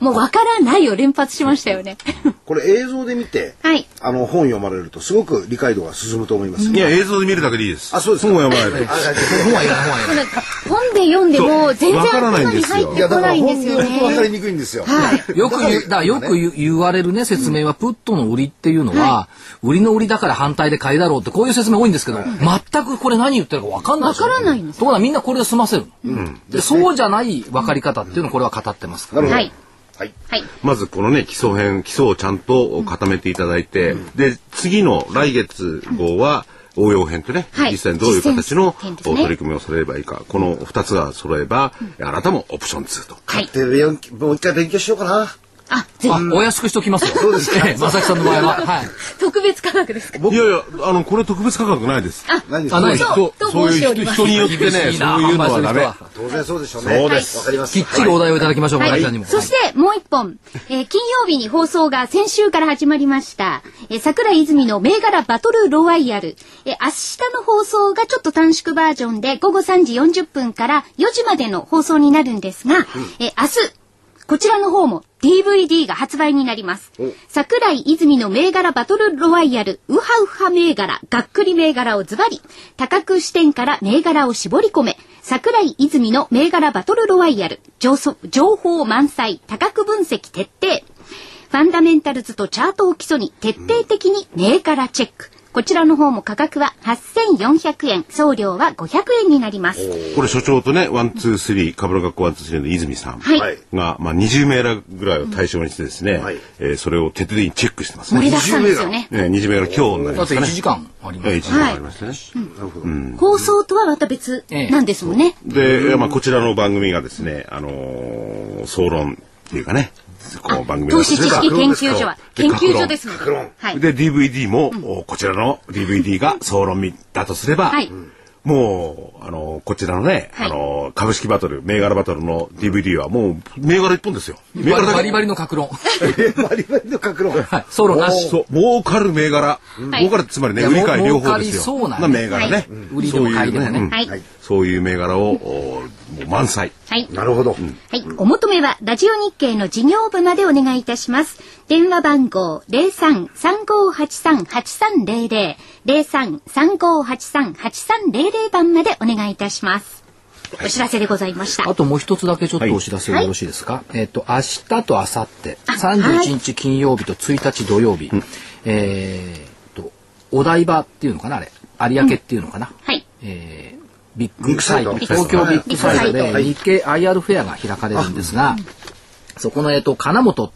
Speaker 2: もうわからないを連発しました
Speaker 3: [laughs]
Speaker 2: よね。
Speaker 3: これ映像で見て、
Speaker 2: はい
Speaker 3: あの本読まれるとすごく理解度が進むと思います。
Speaker 4: いや映像で見るだけでいいです
Speaker 3: あそうですか
Speaker 4: 本は読まないで
Speaker 3: ああ
Speaker 1: 本はいらない、本はいらない。
Speaker 2: 本で読んでも全然頭に入っ
Speaker 3: いや
Speaker 2: [laughs] てこ
Speaker 3: だか
Speaker 2: な
Speaker 3: ら
Speaker 2: いん
Speaker 3: 本
Speaker 2: です
Speaker 3: 当
Speaker 2: よ
Speaker 3: に分かり
Speaker 2: ね。
Speaker 3: にくいんですよ。
Speaker 1: よく言う、だからよく言う言われるね、説明は、プットの売りっていうのは、売りの売りだから反対で買いだろうって、こういう説明多いんですけど、全くこれ何言ってるか分かんないですよね。
Speaker 2: 分からないんですよ
Speaker 1: ところがみんなこれで済ませる。で、そうじゃない分かり方っていうのをこれは語ってますから。
Speaker 3: なるほど。
Speaker 2: は
Speaker 3: はいい。
Speaker 2: はい。
Speaker 4: まずこのね基礎編基礎をちゃんと固めていただいて、で次の来月号は応用編とね、
Speaker 2: はい
Speaker 4: 実際にどういう形
Speaker 2: 実
Speaker 4: の
Speaker 2: 践編ですね
Speaker 4: 取り組みをされればいいかこの2つが揃えば、あなたもオプション2と。
Speaker 2: はい。
Speaker 3: で勉強もう一回勉強しようかな。
Speaker 2: あ、ぜ
Speaker 1: あ、お安くしておきますよ。そうですね。まさきさんの場合は。はい。
Speaker 2: ひ、特別価格ですか。
Speaker 4: いやいやあのこれ特別価格ないです。
Speaker 2: あ、
Speaker 3: 何です
Speaker 1: あ
Speaker 3: か
Speaker 1: ない
Speaker 2: そう
Speaker 4: 人
Speaker 2: と
Speaker 4: そう
Speaker 2: 申
Speaker 4: い
Speaker 2: してお
Speaker 4: う
Speaker 2: り
Speaker 4: 人
Speaker 2: ます
Speaker 4: 人によってねそういうのはダメ。
Speaker 3: 当然そうでしょうね。
Speaker 4: そうです
Speaker 3: わかります。
Speaker 1: きっちりお題をいただきましょう、村井さんにも。
Speaker 2: そしてもう一本、えー金曜日に放送が先週から始まりました、えー桜井泉の銘柄バトルロワイヤル、えー明日の放送がちょっと短縮バージョンで午後3時40分から4時までの放送になるんですが、えー明日こちらの方も DVD が発売になります。桜井泉の銘柄バトルロワイヤル、ウハウハ銘柄、がっくり銘柄をズバリ、多角視点から銘柄を絞り込め、桜井泉の銘柄バトルロワイヤル、情報情報満載、多角分析徹底。ファンダメンタルズとチャートを基礎に徹底的に銘柄チェック。こちらの方も価格は8400円、送料は500円になります。
Speaker 4: これ所長とね、ワン、ツー、スリー、株の学校ワン、ツー、スリーの泉さんが、
Speaker 2: はい。
Speaker 3: はい
Speaker 4: まあ、20名らぐらいを対象にしてですね、
Speaker 3: はい
Speaker 4: えーそれを徹底的にチェックしてます
Speaker 2: 盛り
Speaker 4: ね。
Speaker 2: だくさんですよね。
Speaker 4: えー20名ら今日になり
Speaker 1: だ
Speaker 4: ま
Speaker 1: って
Speaker 4: す
Speaker 1: 1
Speaker 4: かね。
Speaker 1: 時間ありま
Speaker 4: えー
Speaker 1: す
Speaker 4: 一時間ありましたね。
Speaker 2: 放送とはまた別なんですもんね。
Speaker 4: で、まあ、こちらの番組がですね、あのー総論っていうかね、こう番組
Speaker 2: 投資
Speaker 4: それ
Speaker 2: 知
Speaker 4: から
Speaker 2: 識研究所は
Speaker 4: で
Speaker 2: 研究所
Speaker 4: 各論
Speaker 2: ですので
Speaker 3: 各論
Speaker 2: はい、
Speaker 4: で DVD も、おこちらの DVD が総論見だとすれば、
Speaker 2: はい
Speaker 4: もうあのこちらのね、
Speaker 2: はい
Speaker 4: あの株式バトル銘柄バトルの DVD はもう銘柄一本ですよ銘柄だけ
Speaker 1: バリバリの格論。
Speaker 3: バリバリの格論。
Speaker 1: はい。ソロなし。
Speaker 4: そう儲かる銘
Speaker 2: は
Speaker 4: 柄、
Speaker 2: い
Speaker 4: 儲かるってつまりね
Speaker 1: いや
Speaker 4: 売り買い
Speaker 1: 儲
Speaker 4: 両
Speaker 1: か
Speaker 4: 方
Speaker 1: り
Speaker 4: ですよ
Speaker 1: そうなね
Speaker 4: 銘柄ね、
Speaker 2: はい
Speaker 1: 売りでも買いでもね
Speaker 4: そういう
Speaker 2: はい、はい、
Speaker 4: そういう銘柄をおもう満載
Speaker 2: はい
Speaker 3: なるほど。
Speaker 2: はい。お求めは、ラジオ日経の事業部までお願いいたします。電話番号、03-3583-8300、03-3583-8300番までお願いいたします。お知らせでございました。
Speaker 1: あともう一つだけちょっと
Speaker 4: はい
Speaker 1: お知らせでよろしいですか。えっ、と、明日と明後日、31日金曜日と1日土曜日、えーと、お台場っていうのかな、あれ。有明っていうのかな。
Speaker 2: はい。
Speaker 1: えービッグサイト、
Speaker 3: ビッグサイ
Speaker 1: 東
Speaker 3: ト
Speaker 1: 京ビッグサイト
Speaker 2: ビッグ
Speaker 1: で日経 IR フェアが開かれるんですが、そこの、えっと、金本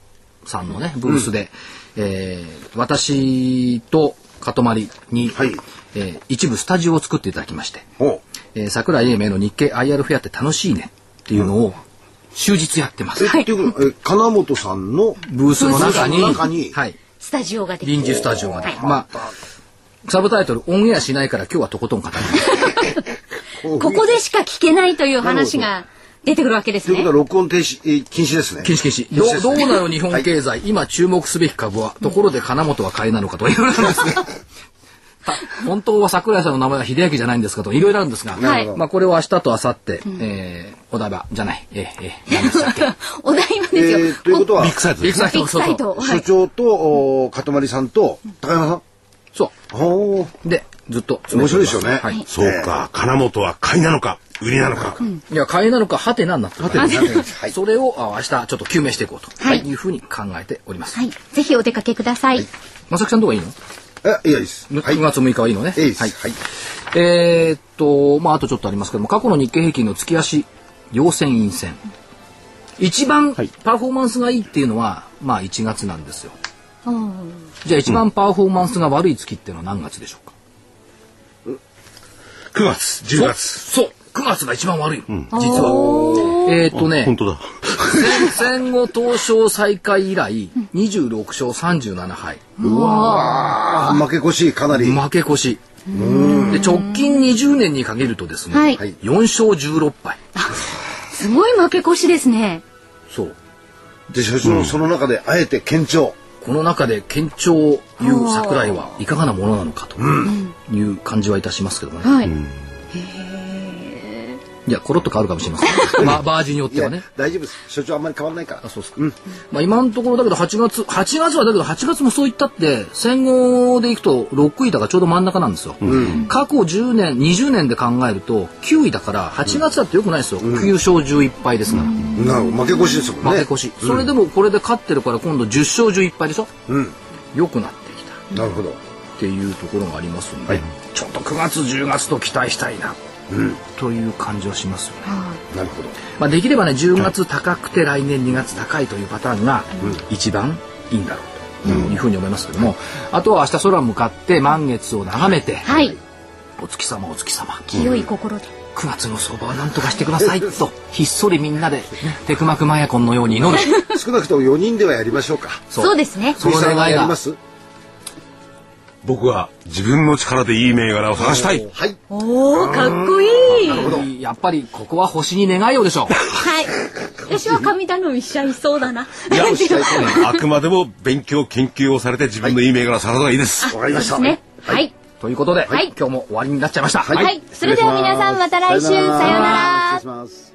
Speaker 1: さんのね、ブースで、えー私とかとまりに、
Speaker 3: はい
Speaker 1: えー一部スタジオを作っていただきまして、
Speaker 3: お
Speaker 1: えー桜井英明の日経 IR フェアって楽しいねっていうのを終日やってます。
Speaker 3: え、っていうことえ金本さんの
Speaker 1: ブースの中に、
Speaker 3: ブースの中に
Speaker 1: はい、
Speaker 2: スタジオができる
Speaker 1: 臨時スタジオが、
Speaker 2: はい
Speaker 1: まあ、サブタイトル、オンエアしないから今日はとことん語ります。
Speaker 2: ここでしか聞けないという話が出てくるわけで
Speaker 3: と
Speaker 2: す
Speaker 3: いうこ
Speaker 2: ね
Speaker 3: とは。録音停止、えー禁止ですね。
Speaker 1: 禁止禁止。
Speaker 3: 禁止
Speaker 1: どう
Speaker 3: で
Speaker 1: [laughs]
Speaker 3: す
Speaker 1: どう
Speaker 3: ね
Speaker 1: なの日本経済、今注目すべき株は、ところで金本は買いなのかとかいろいろあるんです [laughs] ね。た本当は桜井さんの名前は秀明じゃないんですかといろいろあるんですが、
Speaker 2: はい
Speaker 1: まあこれを明日と明後日、えー、お台場じゃない、えー、えー、何でしたっけ
Speaker 2: お題は
Speaker 3: え
Speaker 2: ですよ。
Speaker 3: ーということは
Speaker 4: ビッ、グサイト
Speaker 1: ビッ
Speaker 4: で
Speaker 1: グ
Speaker 4: す
Speaker 1: サイ
Speaker 2: ビッ
Speaker 1: ト。
Speaker 2: グサイト。
Speaker 1: そう
Speaker 2: はい。
Speaker 3: 所長と、おかとまりさんと、高山さん。
Speaker 1: そう
Speaker 3: ほ
Speaker 1: そう。で、ずっと詰
Speaker 3: 面
Speaker 1: めて
Speaker 3: 白
Speaker 1: お
Speaker 3: い
Speaker 1: り
Speaker 3: で
Speaker 1: ます
Speaker 3: よね。
Speaker 1: はい。
Speaker 4: そうか金本は買いなのか売りなのか、
Speaker 1: いや、買いなのか、ハテナになってるからそれをあ明日ちょっと究明していこうと
Speaker 2: はい
Speaker 1: いうふうに考えております。
Speaker 2: はい。ぜひお出かけください。
Speaker 1: まさきさんどうがいいの
Speaker 3: え、いいです。
Speaker 1: ぬ
Speaker 3: はい。
Speaker 1: 9月6日はいいのね。
Speaker 3: えいです。
Speaker 1: はい。
Speaker 3: はい。
Speaker 1: えーっと、まあ、あとちょっとありますけども、過去の日経平均の月足、陽線、陰線。一番パフォーマンスがいいっていうのは、まあ、1月なんですよ。じゃあ、一番パフォーマンスが悪い月っていうのは何月でしょうか、
Speaker 4: 9月10月
Speaker 1: そうそう !9 月が一番悪い。実は。えーっとね、
Speaker 4: 本当だ
Speaker 1: 戦戦後東証再開以来26勝37敗
Speaker 3: あー負け越し、かなり。
Speaker 1: 負け越しで直近20年に限るとですね、
Speaker 2: はい
Speaker 1: 4勝16敗
Speaker 2: すごい負け越しですね。
Speaker 1: そう
Speaker 3: で、所長、その中で、あえて堅調。
Speaker 1: この中で堅調を言う桜井はいかがなものなのかという感じはいたしますけどもね、
Speaker 2: はい。
Speaker 1: いやコロッと変わるかもしれません、まあ、バージによっ
Speaker 3: い
Speaker 1: ては
Speaker 3: や
Speaker 1: ね、
Speaker 3: 大丈夫です。所長、あんまり変わらないから
Speaker 1: あ。そうですか、まあ、今のところだけど8月8月はだけど8月もそういったって戦後でいくと6位だからちょうど真ん中なんですよ、過去10年20年で考えると9位だから8月だってよくないですよ、9勝11敗ですから、
Speaker 3: なるほど。負け越しですもん
Speaker 1: 負
Speaker 3: ね。
Speaker 1: け越し、それでもこれで勝ってるから今度10勝11敗でしょ
Speaker 3: うん。
Speaker 1: 良くなってきたっ
Speaker 3: なるほど。
Speaker 1: ていうところがありますんで、ちょっと9月10月と期待したいな、という感じはしますよね、
Speaker 3: なるほど。
Speaker 1: まあ、できればね10月高くて来年2月高いというパターンが一番いいんだろうというふうに思いますけども、あとは明日空向かって満月を眺めて、
Speaker 2: はい。
Speaker 1: お月様お月様
Speaker 2: 清い心で。
Speaker 1: 9月の相場は何とかしてくださいとひっそりみんなでテクマクマヤコンのように祈る
Speaker 3: 少なくとも4人ではやりましょうか。
Speaker 1: そ
Speaker 2: そうですね。
Speaker 1: その
Speaker 3: 藤井さ
Speaker 1: 願
Speaker 3: んはいやり
Speaker 1: が
Speaker 3: ます
Speaker 4: 僕は自分の力でいい銘柄を探したい
Speaker 3: はい。
Speaker 5: おお、かっこいい。
Speaker 1: やっぱりここは星に願いをでしょう
Speaker 2: はい。私は神頼みしちゃいそうだな。
Speaker 4: いや、あくまでも勉強、研究をされて自分のいい銘柄を探せばいいです。
Speaker 3: わかりました。
Speaker 2: そう [laughs] ですね。はい。
Speaker 1: ということで、
Speaker 2: はい
Speaker 1: 今日も終わりになっちゃいました、
Speaker 2: はいそれでは皆さんまた来週さようなら
Speaker 3: 失礼します。